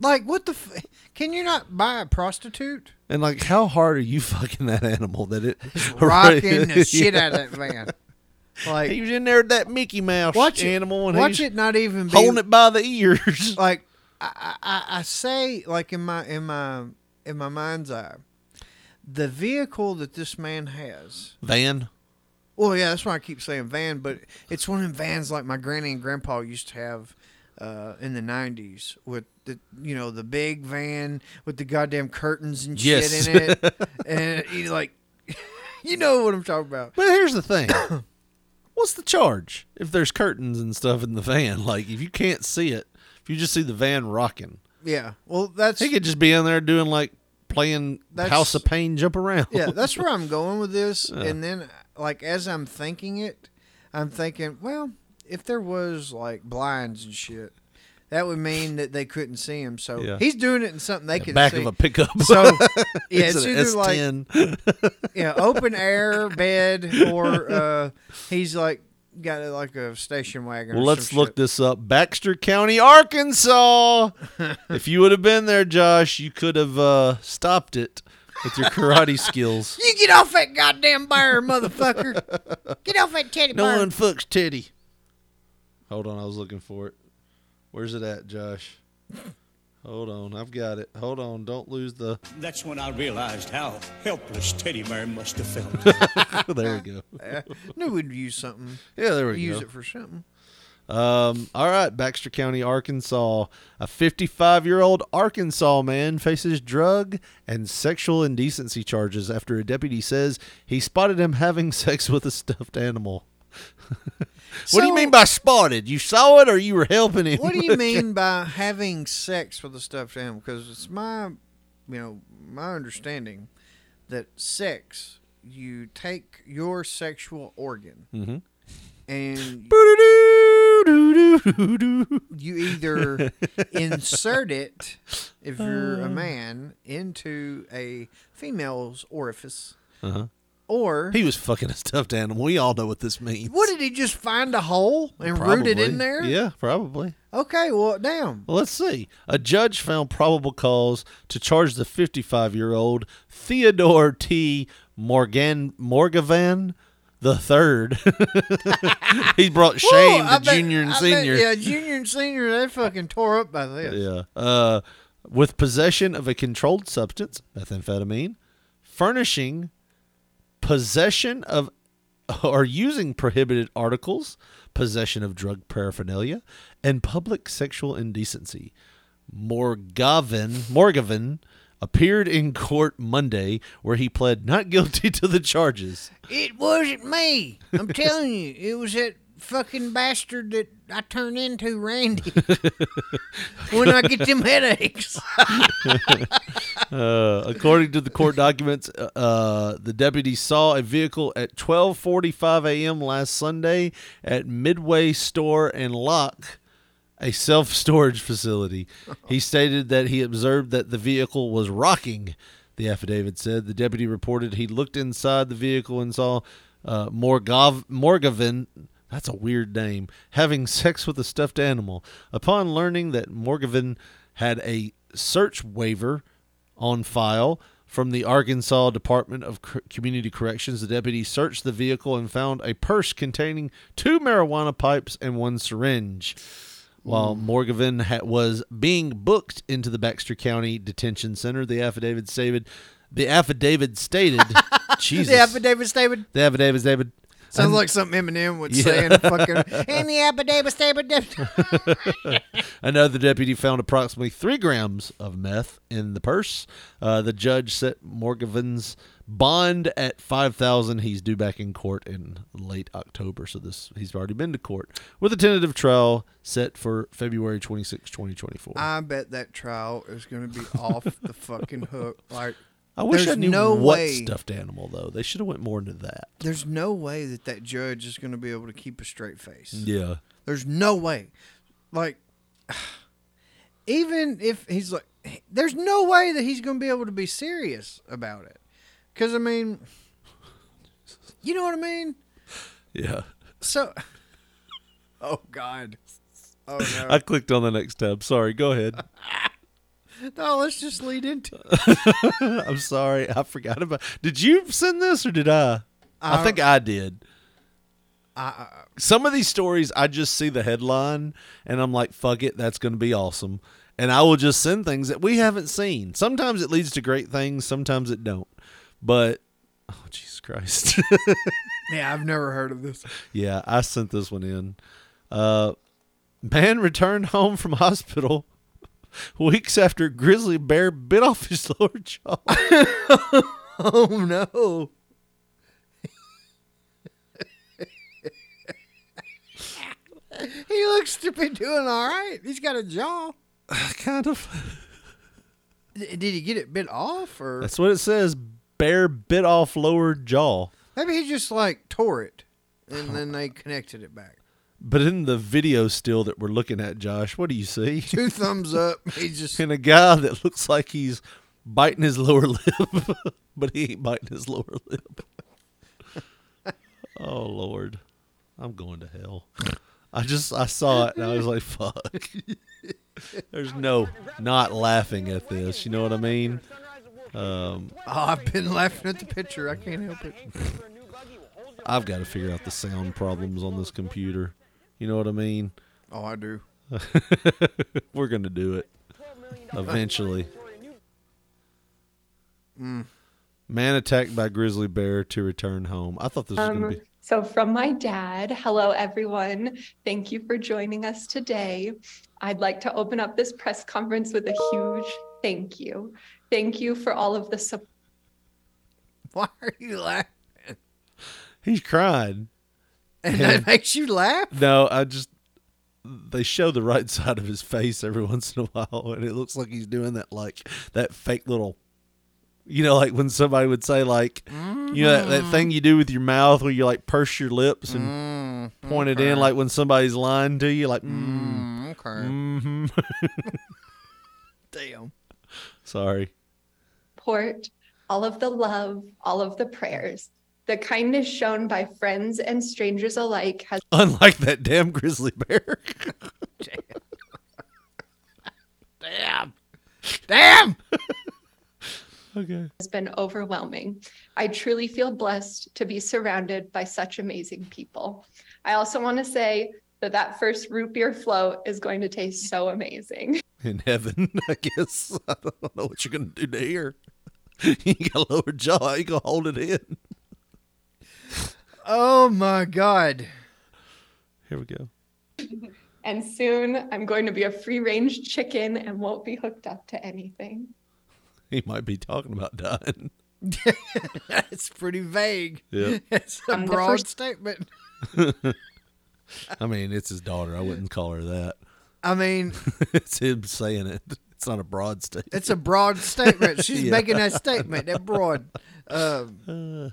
G: Like what the? F- can you not buy a prostitute?
E: And like, how hard are you fucking that animal that it
G: rocking the shit out of that van. Like
E: He was in there with that Mickey Mouse
G: watch it,
E: animal and
G: watch
E: he's
G: it not even be
E: holding it by the ears.
G: like I, I, I- I say like in my in my in my mind's eye, the vehicle that this man has.
E: Van.
G: Well, yeah, that's why I keep saying van, but it's one of them vans like my granny and grandpa used to have uh, in the '90s with the you know the big van with the goddamn curtains and shit
E: Yes.
G: in it, and you like you know what I'm talking about.
E: But here's the thing. What's the charge if there's curtains and stuff in the van? Like if you can't see it, if you just see the van rocking,
G: Yeah, well that's
E: he could just be in there doing like playing
G: That's-
E: House of Pain, jump around.
G: yeah, that's where I'm going with this. And then, like, as I'm thinking it, I'm thinking, well, if there was like blinds and shit, that would mean that they couldn't see him. So
E: Yeah.
G: he's doing it in something they can
E: back
G: see.
E: of a pickup.
G: So yeah,
E: It's
G: it's,
E: an
G: either like yeah, open air bed or uh, he's like got uh, like a station wagon. or
E: Well, let's
G: some
E: look this up. Baxter County, Arkansas. if you would have been there, Josh, you could have uh, stopped it with your karate skills.
J: You get off that goddamn bar, motherfucker. Get off that teddy
E: No
J: bear.
E: one fucks Teddy. Hold on, I was looking for it. Where's it at, Josh? Hold on, I've got it. Hold on, don't lose the.
M: That's when I realized how helpless Teddy Bear must have
E: Oh,
M: felt.
E: there we go.
G: shit. Uh, knew we'd use something.
E: Yeah, there we
G: use
E: go.
G: it for something.
E: Um, all right, Baxter County, Arkansas. A 55 year old Arkansas man faces drug and sexual indecency charges after a deputy says he spotted him having sex with a stuffed animal. what do you
G: So-
E: mean by spotted? You saw it or you were helping him?
G: What do you mean by having sex with a stuffed animal? Because it's my, you know, my understanding that sex, you take your sexual organ
E: Mhm.
G: and you
E: you
G: either insert it if you're
E: Uh.
G: a man into a female's orifice,
E: Uh-huh.
G: or
E: He was fucking a stuffed animal. We all know what this means.
G: what did he just find a hole and root it
E: Probably.
G: in there?
E: Yeah, probably.
G: Okay. Well, damn.
E: Well, let's see. A judge found probable cause to charge the 55 year old Theodore T. Morgan Morgavan the third. he brought shame
G: Whoa, Oh, I
E: to
G: bet-
E: junior and
G: I bet-
E: senior.
G: yeah, junior and senior, they fucking tore up by this.
E: Yeah. Uh, with possession of a controlled substance, methamphetamine, furnishing, possession of or using prohibited articles, possession of drug paraphernalia, and public sexual indecency. Morgavin, Morgavin appeared in court Monday where he pled not guilty to the charges.
J: It wasn't me. I'm telling you, it was that fucking bastard that I turn into Randy when I get them headaches.
E: Uh, according to the court documents, uh, uh, the deputy saw a vehicle at 12:45 a.m. last Sunday at Midway Store and Lock, a self-storage facility. He stated that he observed that the vehicle was rocking. The affidavit said the deputy reported he looked inside the vehicle and saw uh, Morgav- Morgavin. That's a weird name. Having sex with a stuffed animal. Upon learning that Morgavin had a search waiver on file from the Arkansas Department of C- Community Corrections. The deputy searched the vehicle and found a purse containing two marijuana pipes and one syringe. While
G: Mm.
E: Morgavin ha- was being booked into the Baxter County Detention Center, the affidavit stated, "The affidavit stated, Jesus,
G: The affidavit stated.
E: the affidavit stated,
G: Sounds
E: Un-
G: like something Eminem would
E: Yeah.
G: say in a fucking.
J: and the affidavit statement.
E: Another deputy found approximately three grams of meth in the purse. Uh, the judge set Morgavin's bond at five thousand. He's due back in court in late October, so this he's already been to court with a tentative trial set for February 26, twenty twenty four.
G: I bet that trial is going to be off the fucking hook. Like,
E: I wish I
G: there's
E: knew
G: no
E: what
G: way,
E: stuffed animal though. They should have went more into that.
G: There's no way that that judge is going to be able to keep a straight face.
E: Yeah.
G: There's no way. Like, even if he's like, there's no way that he's going to be able to be serious about it. Because, I mean, you know what I mean?
E: Yeah.
G: So, oh, God. Oh, no.
E: I clicked on the next tab. Sorry. Go ahead.
G: No, Oh, let's just lead into
E: I'm sorry. I forgot about. Did you send this or did I? I,
G: I-
E: think I did.
G: I-
E: Some of these stories, I just see the headline and I'm like, fuck it, that's going to be awesome. And I will just send things that we haven't seen. Sometimes it leads to great things, sometimes it don't. But, oh, Jesus Christ.
G: Yeah, I've never heard of this.
E: yeah, I sent this one in. Uh, man returned home from hospital weeks after grizzly bear bit off his lower jaw.
G: oh, no. he looks to be doing all right. He's got a jaw.
E: kind of.
G: D- Did he get it bit off, or
E: That's what it says. Bear bit off lower jaw.
G: maybe he just like tore it and then they connected it back?
E: But in the video still that we're looking at, Josh, what do you see?
G: Two thumbs up. He just
E: and a guy that looks like he's biting his lower lip, but he ain't biting his lower lip. oh Lord, I'm going to hell. I just I saw it and I was like, fuck. There's no not laughing at this. You know what I mean? Um,
G: Oh, I've been laughing at the picture. I can't help it.
E: I've got to figure out the sound problems on this computer. You know what I mean?
G: Oh, I do.
E: We're gonna do it eventually.
G: Mm.
E: Man attacked by grizzly bear to return home. I thought this was gonna
N: Um,
E: be.
N: So, from my dad, hello everyone. Thank you for joining us today. I'd like to open up this press conference with a huge thank you. Thank you for all of the support.
G: Why are you laughing?
E: He's crying.
G: And that makes you laugh?
E: No, I just they show the right side of his face every once in a while, and it looks like he's doing that like that fake little, you know, like when somebody would say like, you know, that, that thing you do with your mouth where you like purse your lips and point it in, like when somebody's lying to you, like, mm,
G: okay,
E: hmm
G: Damn.
E: sorry.
N: support, all of the love, all of the prayers. The kindness shown by friends and strangers alike has
E: Unlike that damn grizzly bear.
N: damn.
G: Damn.
E: okay.
N: has been overwhelming. I truly feel blessed to be surrounded by such amazing people. I also want to say that that first root beer float is going to taste so amazing.
E: in heaven, I guess. I don't know what you're gonna do to here. You ain't got a lower jaw. You gonna hold it in.
G: Oh my God.
E: Here we go.
N: And soon I'm going to be a free range chicken and won't be hooked up to anything.
E: He might be talking about dying.
G: That's pretty vague.
E: Yeah.
G: It's a
N: I'm the
G: broad
N: first-
G: statement.
E: I mean, it's his daughter. I wouldn't call her that.
G: I mean,
E: it's him saying it. It's not a broad statement.
G: it's a broad statement. She's
E: Yeah.
G: making that statement, that broad. Um,
E: Uh,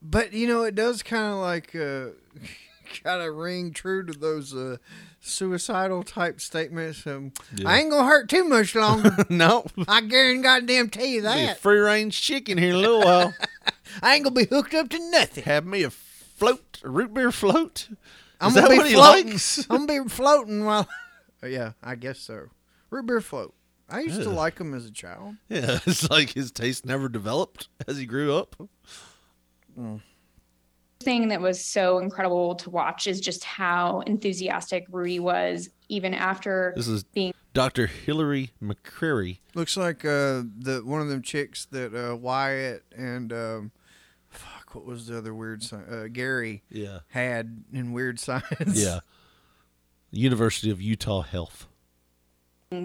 G: But you know, it does kind of like uh, kind of ring true to those uh, suicidal type statements. Um,
E: Yeah.
G: I ain't gonna hurt too much longer.
E: no.
G: I guarantee goddamn tell you
E: Be a
G: that.
E: free range chicken here in a little while.
G: I ain't gonna be hooked up to nothing.
E: Have me a float, a root beer float. Is
G: I'm
E: that
G: gonna
E: what
G: be
E: he
G: floating.
E: likes?
G: I'm gonna be floating while. Oh, yeah, I guess so. Root beer float. I used to
E: Ugh.
G: like them as a child.
E: Yeah, it's like his taste never developed as he grew up.
O: thing that was so incredible to watch is just how enthusiastic Rudy was, even after
E: This is
O: being
E: Dr. Hillary McCreary.
G: Looks like uh, the one of them chicks that uh, Wyatt and um, fuck, what was the other weird sign? Uh, Gary.
E: Yeah.
G: Had in weird science.
E: Yeah. University of Utah Health.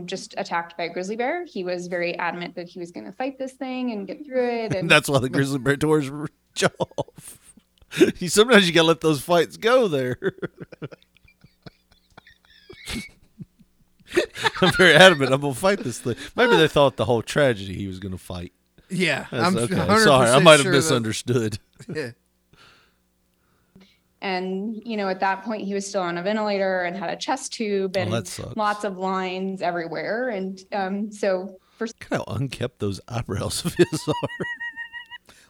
O: just attacked by a grizzly bear. He was very adamant that he was going to fight this thing and get through it. And
E: That's why the grizzly bear tore his r- jaw off. You, sometimes you gotta let those fights go there. I'm very adamant. I'm gonna fight this thing. Maybe they thought the whole tragedy he was gonna fight.
G: Yeah,
E: That's-
G: I'm
E: okay.
G: 100%
E: Sorry, I might have
G: sure that-
E: misunderstood.
G: Yeah.
O: and you know, at that point, he was still on a ventilator and had a chest tube
E: Oh,
O: and
E: that sucks.
O: lots of lines everywhere. And um, so for
E: Look how unkept those eyebrows of his are.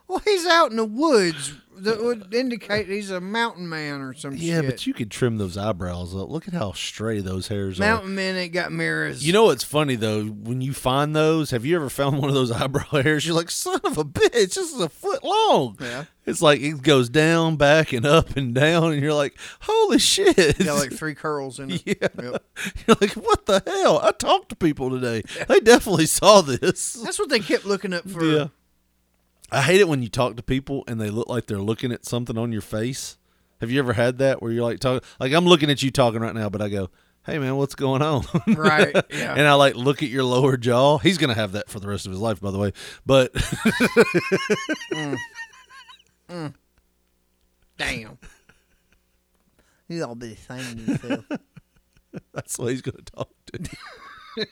G: Well, he's out in the woods. That would indicate he's a mountain man or some
E: Yeah,
G: shit.
E: but you could trim those eyebrows up. Look at how stray those hairs are.
G: mountain men ain't got mirrors.
E: You know what's funny though? When you find those, have you ever found one of those eyebrow hairs? You're like, son of a bitch, this is a foot long.
G: Yeah.
E: It's like it goes down, back, and up and down, and you're like, holy shit.
G: Got like three curls in it.
E: yeah.
G: Yep.
E: You're like, what the hell? I talked to people today. They definitely saw this.
G: That's what they kept looking up for.
E: Yeah. I hate it when you talk to people and they look like they're looking at something on your face. Have you ever had that where you're like talking like I'm looking at you talking right now, but I go, Hey man, what's going on?
G: Right, yeah.
E: and I like look at your lower jaw. He's gonna have that for the rest of his life, by the way. But
G: Damn. You all be saying yourself.
E: that's what he's gonna talk to.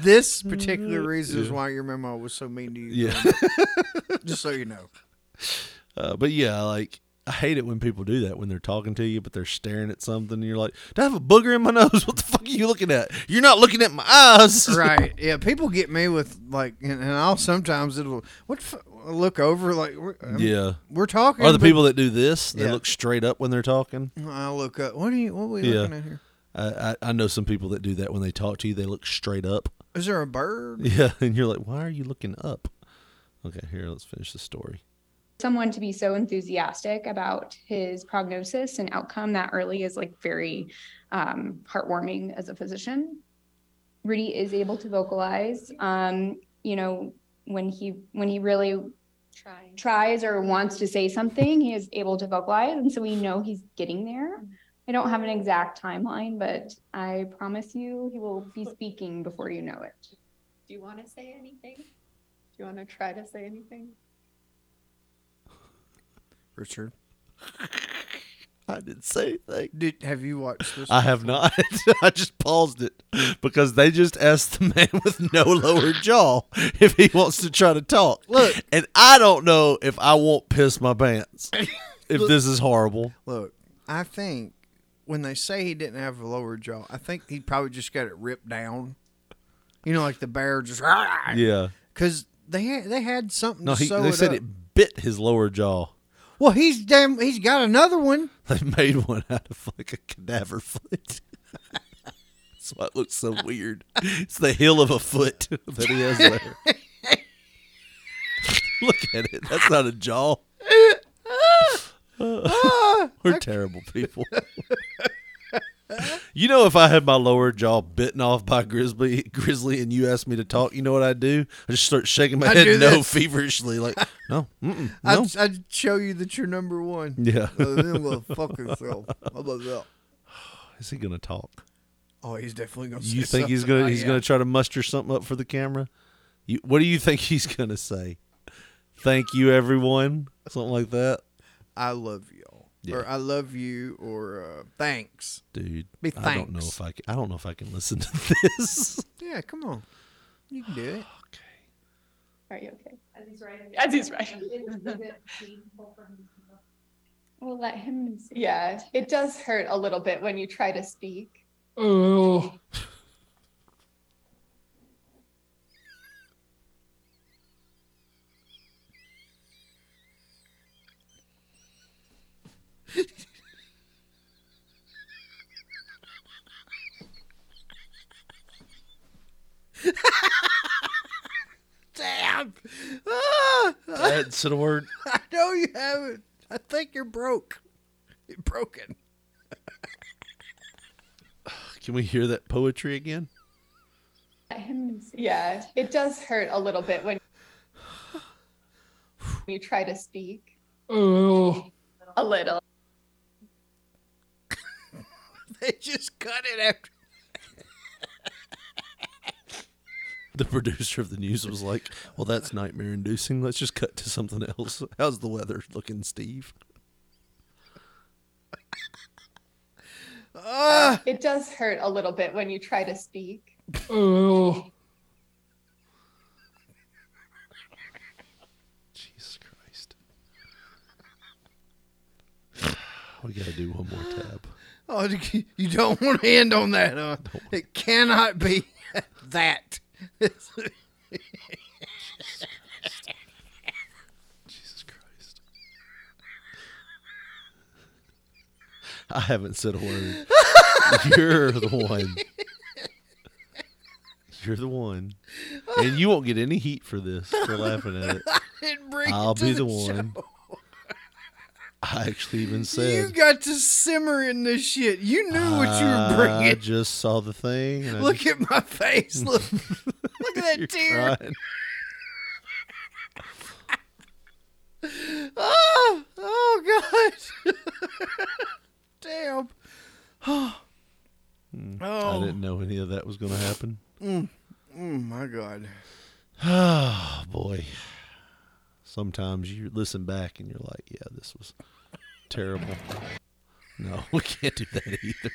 G: This particular reason is
E: Yeah.
G: why your memo was so mean to you.
E: Yeah.
G: Brandon. Just so you know.
E: Uh, but yeah, like I hate it when people do that when they're talking to you, but they're staring at something. and You're like, "Do I have a booger in my nose? What the fuck are you looking at? You're not looking at my eyes."
J: right. Yeah, people get me with like, and, and I'll sometimes it'll what the fu- I'll look over like. We're, I'm-
E: Yeah.
J: we're talking.
E: Are the
J: but
E: people that do this? They
J: Yeah.
E: look straight up when they're talking.
J: I look up. What are you? What are we looking at here?
E: I, I I know some people that do that when they talk to you. They look straight up.
J: Is there a bird?
E: Yeah, and you're like, "Why are you looking up?" Okay, here, let's finish the story.
O: someone to be so enthusiastic about his prognosis and outcome that early is like very um, heartwarming as a physician. Rudy is able to vocalize, um, you know, when he when he really tries or wants to say something, he is able to vocalize, and so we know he's getting there. I don't have an exact timeline, but I promise you, he will be speaking before you know it.
P: Do you want to say anything? Do you want to try to say anything?
J: Richard.
E: I didn't say anything.
J: Did have you watched this?
E: I have not. I just paused it because they just asked the man with no lower jaw if he wants to try to talk. Look, and I don't know if I won't piss my pants if this is horrible.
J: Look, I think when they say he didn't have a lower jaw, I think he probably just got it ripped down. You know, like the bear just
E: Yeah.
J: because they had, they had something.
E: No,
J: to
E: he,
J: sew
E: they
J: it
E: said
J: up.
E: it bit his lower jaw.
J: Well, he's damn. He's got another one.
E: They made one out of like a cadaver foot. That's why it looks so weird. It's the heel of a foot that he has there. Look at it. That's not a jaw. We're terrible people. you know, if I had my lower jaw bitten off by a grizzly, grizzly, and you asked me to talk, you know what I'd do? I just start shaking my
J: I'd do
E: head no
J: this.
E: feverishly, like no, mm-mm, no.
J: I'd, I'd show you that you're number one.
E: Yeah.
J: Uh, then we'll fuck yourself. How about that?
E: Is he gonna talk?
J: Oh, he's definitely gonna.
E: You
J: say
E: think he's
J: something.
E: gonna
J: Oh,
E: he's
J: yeah.
E: gonna try to muster something up for the camera? You, what do you think he's gonna say? Thank you, everyone. Something like that,
J: I love y'all, or I love you, or uh, thanks.
E: dude.
J: Be
E: I don't know
J: thanks.
E: if I can, I don't know if I can listen to this.
J: Yeah, come on, you can do it.
O: Are you okay?
P: As he's writing.
O: As he's writing. We'll let him.
P: Yeah, it does hurt a little bit when you try to speak.
O: Oh.
J: Damn. Ah,
E: That's a word.
J: I know you haven't. I think you're broke. You're broken.
E: Can we hear that poetry again?
P: Let him- Yeah, it does hurt a little bit when you try to speak.
O: Oh.
P: A little.
J: They just cut it after.
E: The producer of the news was like, "Well, that's nightmare-inducing. Let's just cut to something else." How's the weather looking, Steve?
P: It does hurt a little bit when you try to speak.
E: Oh. Jesus Christ. We gotta do one more tab.
J: Oh, you- you don't want to end on that, huh? It cannot be that.
E: I haven't said a word. You're the one. You're the one. And you won't get any heat for this for laughing at it.
J: I didn't bring it
E: I'll
J: to
E: be
J: the
E: the, one. I actually even
J: You
E: said
J: got to simmer in this shit. You knew what you were
E: I
J: bringing.
E: just saw the thing. And I
J: Look
E: just-
J: at my face. Look, look at that tear.
E: Crying.
J: Oh, oh God. Damn. Oh.
E: I
J: Oh.
E: Hmm. didn't know any of that was going to happen.
J: Mm. Mm, my God.
E: Oh boy. Sometimes you listen back and you're like, yeah, this was terrible. No, we can't do that either.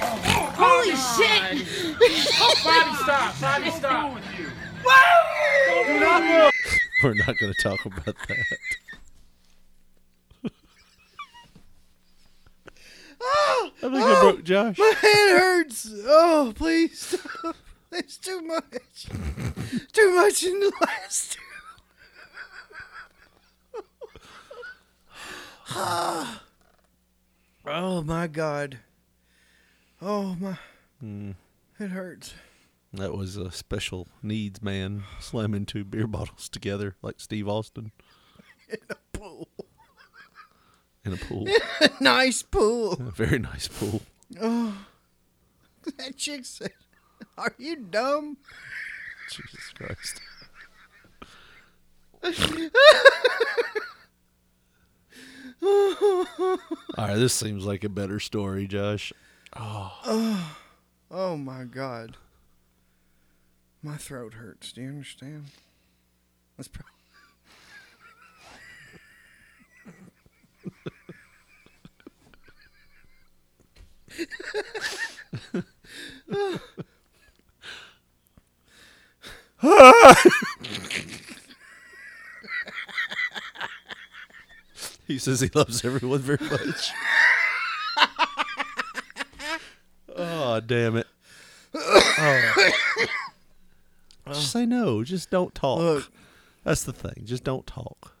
Q: Holy shit! oh, Bobby, stop! Bobby, stop! Woo!
E: We're not going to talk about that.
R: I think I broke Josh.
J: My head hurts. Oh, please stop. It's too much. too much in the last two. oh my god. Oh my.
E: Hmm.
J: It hurts.
E: That was a special needs man slamming two beer bottles together like Steve Austin
J: In a pool.
E: in a pool.
J: nice pool.
E: a very nice pool.
J: Oh. That chick said, Are you dumb?
E: Jesus Christ. All right, this seems like a better story, Josh. Oh,
J: Oh, oh my God. My throat hurts. Do you understand? That's probably.
E: he says he loves everyone very much. oh, damn it. Oh. Just say no. Just don't talk. That's the thing. Just don't talk.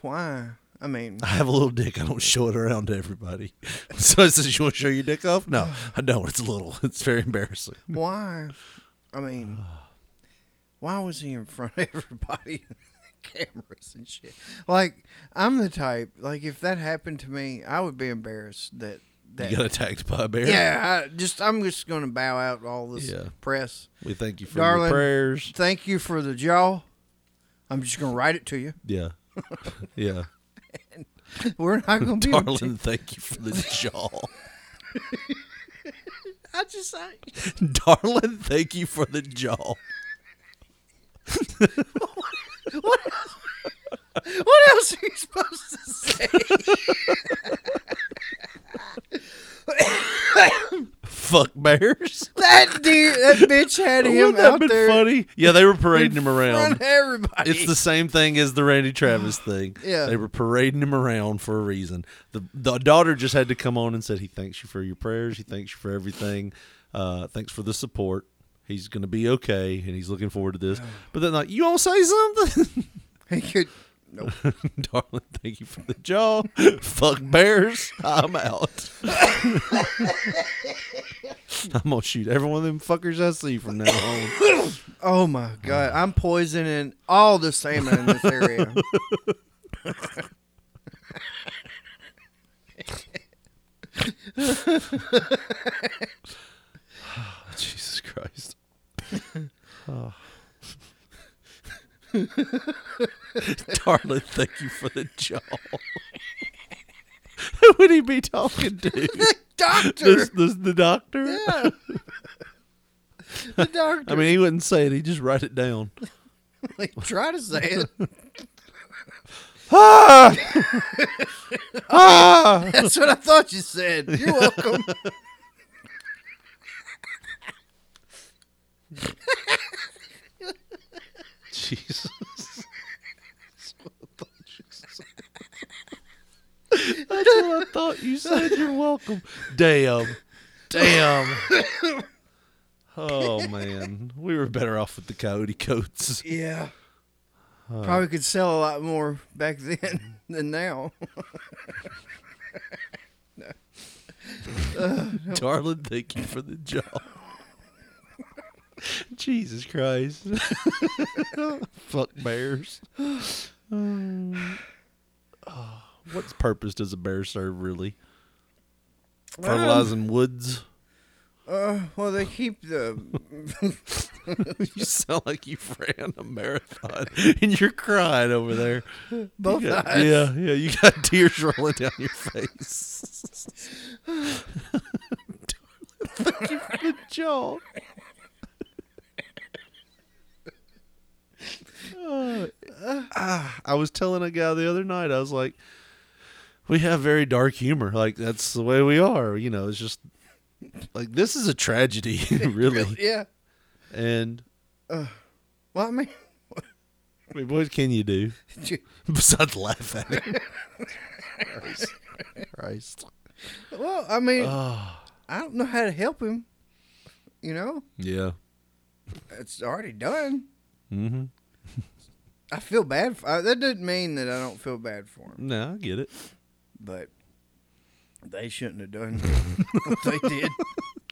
J: Why? I mean,
E: I have a little dick. I don't show it around to everybody. So I says, "You want to show your dick off?" No, I don't. It's little. It's very embarrassing.
J: why? I mean, why was he in front of everybody? Cameras and shit. Like, I'm the type. Like, if that happened to me, I would be embarrassed that that
E: You got attacked by a bear.
J: Yeah, I just I'm just gonna bow out all this
E: Yeah.
J: press.
E: We thank you for your
J: Darling,
E: prayers.
J: Thank you for the jaw. I'm just gonna write it to you.
E: Yeah. Yeah.
J: We're not gonna be able to-
E: Darling, thank you for the jaw.
J: I just I,
E: Darling, thank you for the jaw.
J: what else? What else are you supposed to say?
E: Fuck bears.
J: that dude, that bitch had him
E: Wouldn't that
J: out
E: been
J: there.
E: funny? Yeah, they were parading him
J: front
E: around.
J: of everybody.
E: It's the same thing as the Randy Travis thing.
J: Yeah.
E: they were parading him around for a reason. The the daughter just had to come on and said he thanks you for your prayers. He thanks you for everything. Uh, thanks for the support. He's gonna be okay, and he's looking forward to this. But then like you all say something.
J: He could. Nope.
E: Darling, thank you for the jaw. Fuck bears. I'm out. I'm gonna shoot every one of them fuckers I see from now on.
J: Oh my god,
E: Mm.
J: I'm poisoning all the salmon in this area.
E: Jesus Christ. Oh. Darling, thank you for the jaw. Who would he be talking to? The
J: doctor.
E: This, this, the doctor?
J: Yeah. The doctor.
E: I mean, he wouldn't say it. He'd just write it down.
J: like, try to say it.
E: Ah!
J: Ah! That's what I thought you said. You're welcome.
E: Jesus.
R: That's what I thought you said. You're welcome.
E: Damn. Damn. Oh, man. We were better off with the coyote coats.
J: Yeah.
E: Oh.
J: Probably could sell a lot more back then than now. No. Uh, no.
E: Darling, thank you for the job. Jesus Christ. Fuck bears.
R: Mm.
E: What purpose does a bear serve, really?
J: Um,
E: Fertilizing woods?
J: Uh, well, they keep the.
E: you sound like you ran a marathon and you're crying over there. You
J: Both
E: got-
J: eyes.
E: Yeah, yeah. You got tears rolling down your face.
R: Thank you for the jaw.
E: Uh, ah, I was telling a guy the other night, I was like, we have very dark humor. Like, that's the way we are. You know, it's just like this is a tragedy, really.
J: yeah.
E: And
J: Uh, well, I mean,
E: I mean, what can you do
J: You-
E: besides laugh at it? Christ.
J: well, I mean,
E: Ah.
J: I don't know how to help him. You know,
E: Yeah.
J: it's already done.
E: Mm-hmm.
J: I feel bad. For, uh, that doesn't mean that I don't feel bad for him,
E: No, I get it.
J: but they shouldn't have done what they did.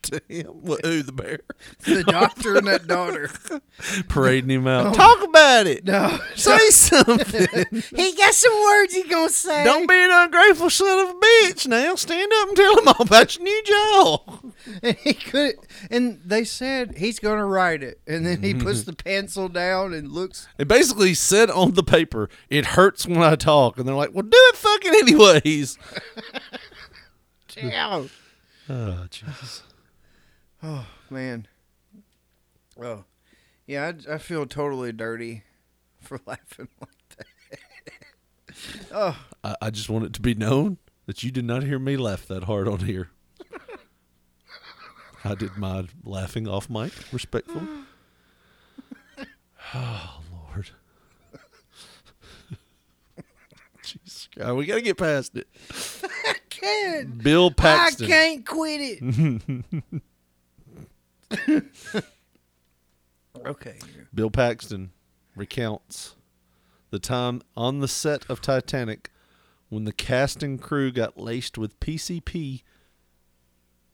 E: Damn. What, who, the bear?
J: The doctor and that daughter.
E: Parading him out.
J: Oh.
E: Talk about it.
J: No.
E: Say something.
S: he got some words he gonna say.
E: Don't be an ungrateful son of a bitch now. Stand up and tell them all about your new job.
J: And he could and they said he's gonna write it. And then he puts the pencil down and looks
E: It basically said on the paper, it hurts when I talk. And they're like, well, do it fucking anyways.
J: down.
E: Oh, Jesus.
J: Oh man. Oh, yeah. I, I feel totally dirty for laughing like that. oh,
E: I, I just want it to be known that you did not hear me laugh that hard on here. I did my laughing off mic, respectful. Oh Lord, Jesus, God, we gotta get past it.
S: I can't.
E: Bill Paxton.
S: I can't quit it.
J: okay.
E: Bill Paxton recounts the time on the set of Titanic when the cast and crew got laced with PCP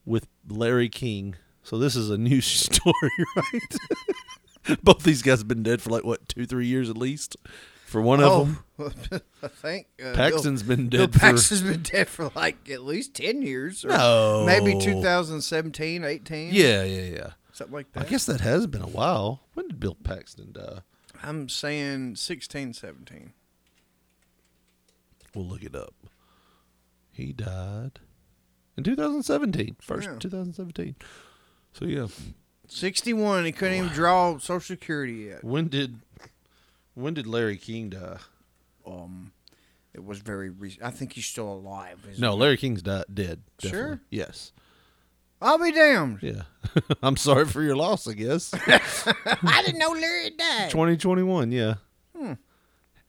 E: with Larry King. So this is a new story, right? Both these guys have been dead for like what two, three years at least. For one of them,
J: oh, I think uh,
E: Paxton's
J: Bill-
E: been
J: Bill
E: dead for-
J: Paxton's been dead for like at least ten years. Or
E: No.
J: maybe 2017, 18.
E: yeah, yeah, yeah.
J: something like
E: I
J: that.
E: guess that has been a while. When did Bill Paxton die?
J: I'm saying 16, 17.
E: We'll look it up. He died in 2017, first
J: Yeah.
E: 2017. So yeah,
J: 61. He couldn't even draw Social Security yet.
E: when did when did Larry King die?
J: Um, it was very. Re- I think he's still alive. isn't
E: No,
J: he?
E: Larry King's di dead. definitely.
J: Sure?
E: Yes.
J: I'll be damned.
E: Yeah. I'm sorry for your loss. I guess.
S: I didn't know Larry died.
E: 2021. Yeah.
S: Hmm.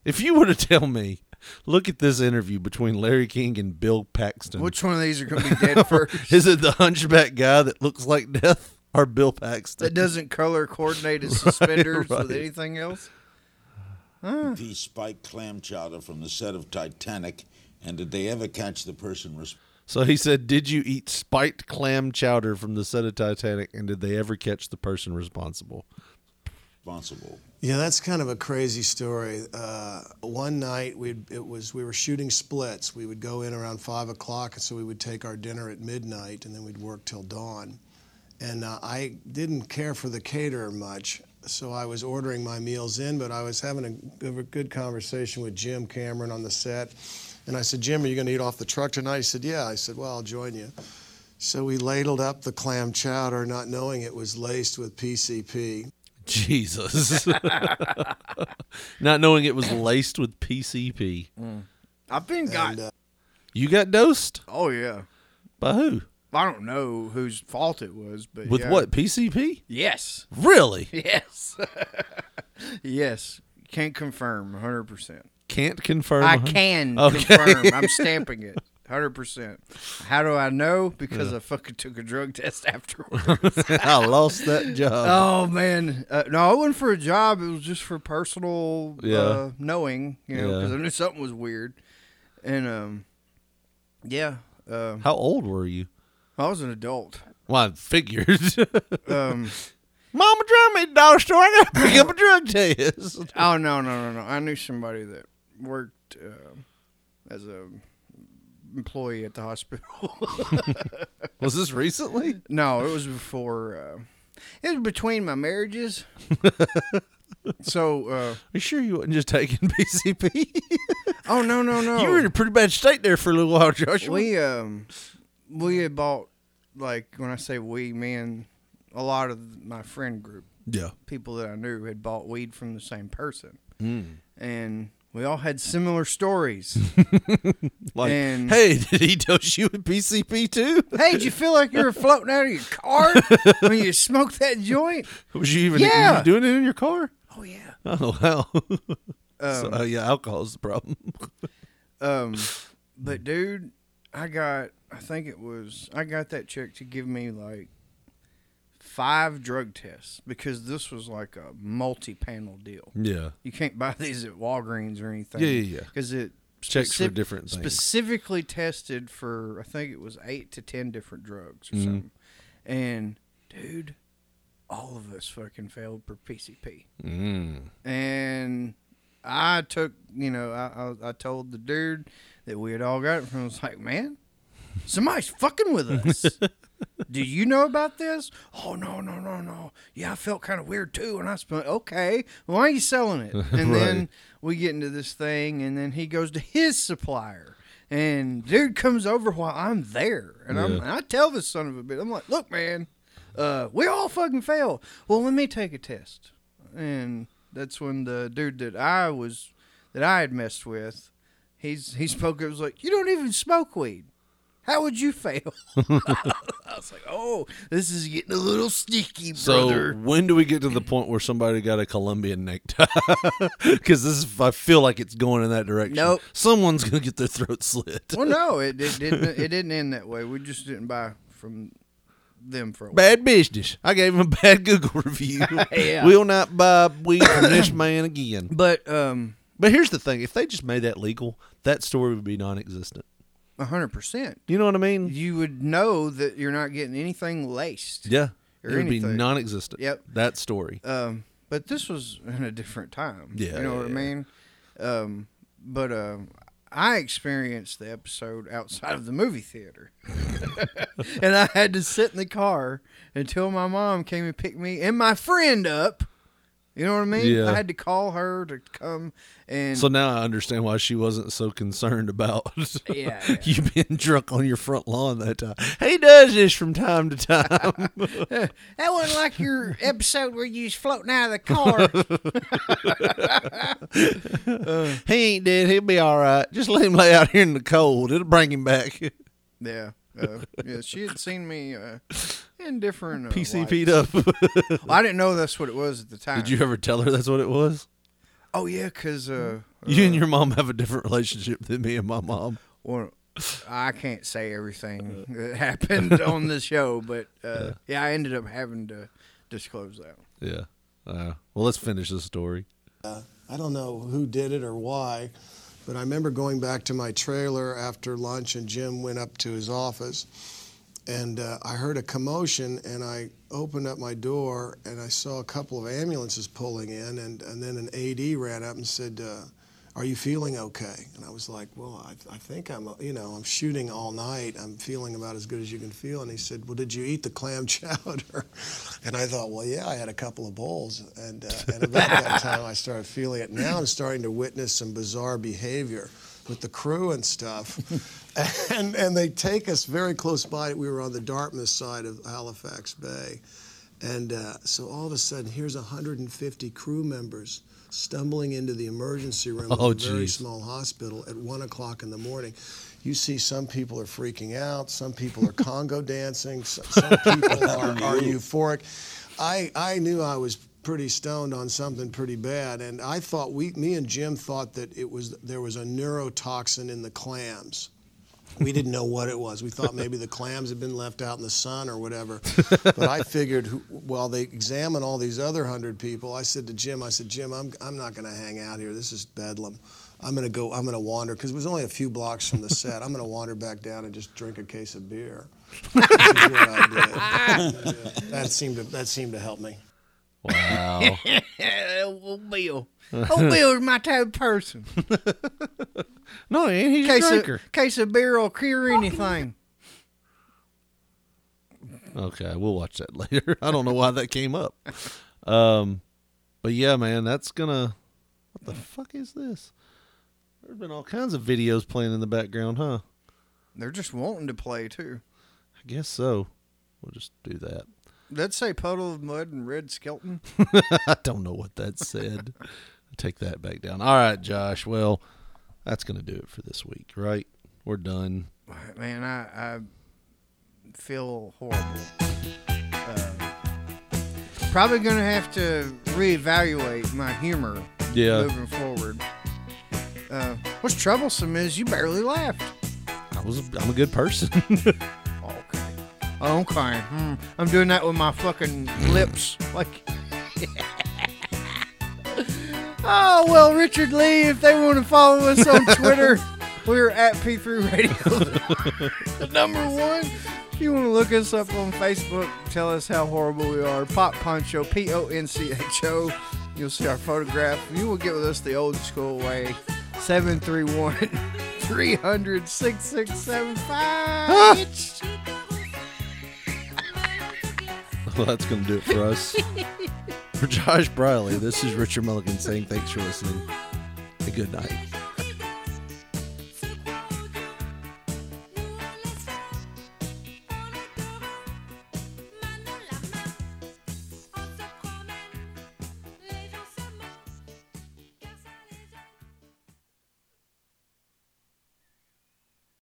E: If you were to tell me, look at this interview between Larry King and Bill Paxton.
J: Which one of these are going to be dead first?
E: is it the hunchback guy that looks like death or Bill Paxton?
J: that doesn't color coordinate his suspenders with
E: right.
J: anything else.
O: The spike clam chowder from the set of Titanic, and did they ever catch the person
E: So he said, "Did you eat spiked clam chowder from the set of Titanic, and did they ever catch the person responsible?"
O: responsible?
G: Yeah, that's kind of a crazy story. Uh, one night we it was we were shooting splits. We would go in around five o'clock, and so we would take our dinner at midnight, and then we'd work till dawn. And uh, I didn't care for the caterer much, so I was ordering my meals in. But I was having a, a good conversation with Jim Cameron on the set, and I said, "Jim, are you going to eat off the truck tonight?" He said, "Yeah." I said, "Well, I'll join you." So we ladled up the clam chowder, not knowing it was laced with PCP.
E: Jesus, not knowing it was laced with PCP.
J: I've been got.
E: You got dosed
J: oh yeah.
E: by who?
J: I don't know whose fault it was, but
E: With
J: yeah.
E: what PCP?
J: Yes.
E: Really?
J: Yes. yes. Can't confirm 100. percent
E: Can't confirm.
J: I
E: huh?
J: can
E: Okay.
J: confirm. I'm stamping it. Hundred percent. How do I know? Because I fucking took a drug test afterwards.
E: I lost that job.
J: Oh man, uh, no, I wasn't for a job. It was just for personal
E: Yeah.
J: uh, knowing, you know,
E: Yeah.
J: because I knew something was weird. And um, yeah, uh,
E: How old were you?
J: I was an adult.
E: Well, I figured.
J: Um,
E: Mama drive me to the dollar store. I gotta pick up a drug test.
J: oh no, no, no, no! I knew somebody that worked uh, as a employee at the hospital.
E: Was this recently?
J: No, it was before. Uh, it was between my marriages. so, uh,
E: Are you sure you wasn't just taking PCP?
J: oh no, no, no!
E: You were in a pretty bad state there for a little while, Joshua.
J: We um, we had bought like when I say we, me and a lot of my friend group,
E: Yeah.
J: people that I knew had bought weed from the same person,
E: Mm.
J: and we all had similar stories.
E: Like,
J: And-
E: hey, did he dose you with PCP too?
J: hey, did you feel like you were floating out of your car when you smoked that joint?
E: Was you even
J: Yeah.
E: were you doing it in your car?
J: Oh yeah.
E: Oh wow. so,
J: Um,
E: uh, yeah, alcohol's the problem.
J: Um, but dude, I got, I think it was, I got that chick to give me like five drug tests because this was like a multi-panel deal.
E: Yeah.
J: you can't buy these at Walgreens or anything.
E: Yeah, yeah, yeah.
J: Because it
E: Checks for
J: specif-
E: different things.
J: Specifically tested for, I think it was eight to ten different drugs or
E: Mhm.
J: something. And dude, all of us fucking failed for PCP
E: Mm.
J: and I took, you know, I, I, I told the dude that we had all got it from. I was like, man, somebody's fucking with us. Do you know about this? Oh no, no, no, no. Yeah, I felt kind of weird too, and I spent. Okay, why are you selling it? And then
E: Right.
J: we get into this thing, and then he goes to his supplier. And dude comes over while I'm there, and I'm,
E: Yeah.
J: and I tell this son of a bitch, I'm like, look, man, uh, we all fucking fail. Well, let me take a test and that's when the dude that I was that I had messed with, he's he spoke. It was like you don't even smoke weed. How would you fail? I was like, oh, this is getting a little sneaky,
E: So
J: brother.
E: when do we get to the point where somebody got a Colombian necktie? Because this is, I feel like it's going in that direction.
J: Nope.
E: Someone's gonna get their throat slit.
J: well, no, it, it didn't. It didn't end that way. We just didn't buy from them for a while.
E: Bad business. I gave him a bad Google review.
J: Yeah.
E: We'll not buy weed from this man again.
J: But um,
E: but here's the thing: if they just made that legal, that story would be non-existent.
J: A hundred percent.
E: You know what I mean?
J: You would know that you're not getting anything laced.
E: Yeah, it
J: Or
E: would
J: anything.
E: be non-existent.
J: Yep.
E: that story.
J: Um, but this was in a different time.
E: Yeah,
J: you know
E: yeah,
J: what
E: yeah.
J: I mean. Um, but um, I experienced the episode outside of the movie theater, and I had to sit in the car until my mom came and picked me and my friend up. You know what I mean?
E: Yeah.
J: I had to call her to come and
E: so now I understand why she wasn't so concerned about
J: Yeah,
E: you being drunk on your front lawn that time. He does this from time to time.
J: that
T: wasn't like your episode where you was floating out of the car.
E: he ain't dead. He'll be all right. Just let him lay out here in the cold. It'll bring him back.
J: yeah. Uh, yeah, she had seen me uh, in different uh,
E: PCP'd
J: lights.
E: up.
J: Well, I didn't know that's what it was at the time.
E: Did you ever tell her that's what it was?
J: Oh yeah, because uh,
E: You and your mom have a different relationship than me and my mom.
J: Well, I can't say everything that happened on the show, but uh, yeah. I ended up having to disclose that.
E: Yeah. Uh, well, let's finish this story.
G: Uh, I don't know who did it or why, but I remember going back to my trailer after lunch, and Jim went up to his office, and uh, I heard a commotion, and I opened up my door, and I saw a couple of ambulances pulling in, and, and then an AD ran up and said, uh, "Are you feeling okay?" And I was like, "Well, I, I think I'm, uh, you know, I'm shooting all night. I'm feeling about as good as you can feel." And he said, "Well, did you eat the clam chowder?" And I thought, well, yeah, I had a couple of bowls. And, uh, and about that time, I started feeling it. Now I'm starting to witness some bizarre behavior with the crew and stuff. and, and they take us very close by. We were on the Dartmouth side of Halifax Bay. And uh, so all of a sudden, here's 150 crew members stumbling into the emergency room
E: Oh,
G: of a very
E: geez.
G: small hospital at 1 o'clock in the morning. You see, some people are freaking out, some people are Congo dancing, some, some people are, are euphoric. I, I knew I was pretty stoned on something pretty bad, and I thought we, me and Jim thought that it was there was a neurotoxin in the clams. We didn't know what it was. We thought maybe the clams had been left out in the sun or whatever. But I figured who- while they examine all these other hundred people, I said to Jim, I said, Jim, I'm, I'm not going to hang out here. This is bedlam. I'm going to go, I'm going to wander, because it was only a few blocks from the set. I'm going to wander back down and just drink a case of beer. Which is what I did. And, uh, that, seemed to, that seemed to help me.
E: Wow.
J: Old Oh, Bill,
T: Old Bill is my type of person.
E: no, and he's
J: case
T: a
E: drinker.
J: Of, case of beer will cure anything.
E: Okay, we'll watch that later. I don't know why that came up. Um, but yeah, man, that's gonna. What the fuck is this? There's been all kinds of videos playing in the background, huh?
J: They're just wanting to play too.
E: I guess so. We'll just do that.
J: Let's say puddle of mud and red skeleton.
E: I don't know what that said. Take that back down. All right, Josh. Well, that's gonna do it for this week, right? We're done.
J: Man, I, I feel horrible. Uh, probably gonna have to reevaluate my humor.
E: Yeah.
J: Moving forward. Uh, what's troublesome is you barely laughed.
E: I I was I'm a good person.
J: Okay. Hmm. I'm doing that with my fucking lips. Like. oh, well, Richard Lee, if they want to follow us on Twitter, we're at P3 Radio. the number one. If you want to look us up on Facebook, tell us how horrible we are. Pop Poncho, P O N C H O. You'll see our photograph. You will get with us the old school way. 731 300 6675. It's-
E: well, that's gonna do it for us. for Josh Briley, this is Richard Mulligan saying thanks for listening. And good night.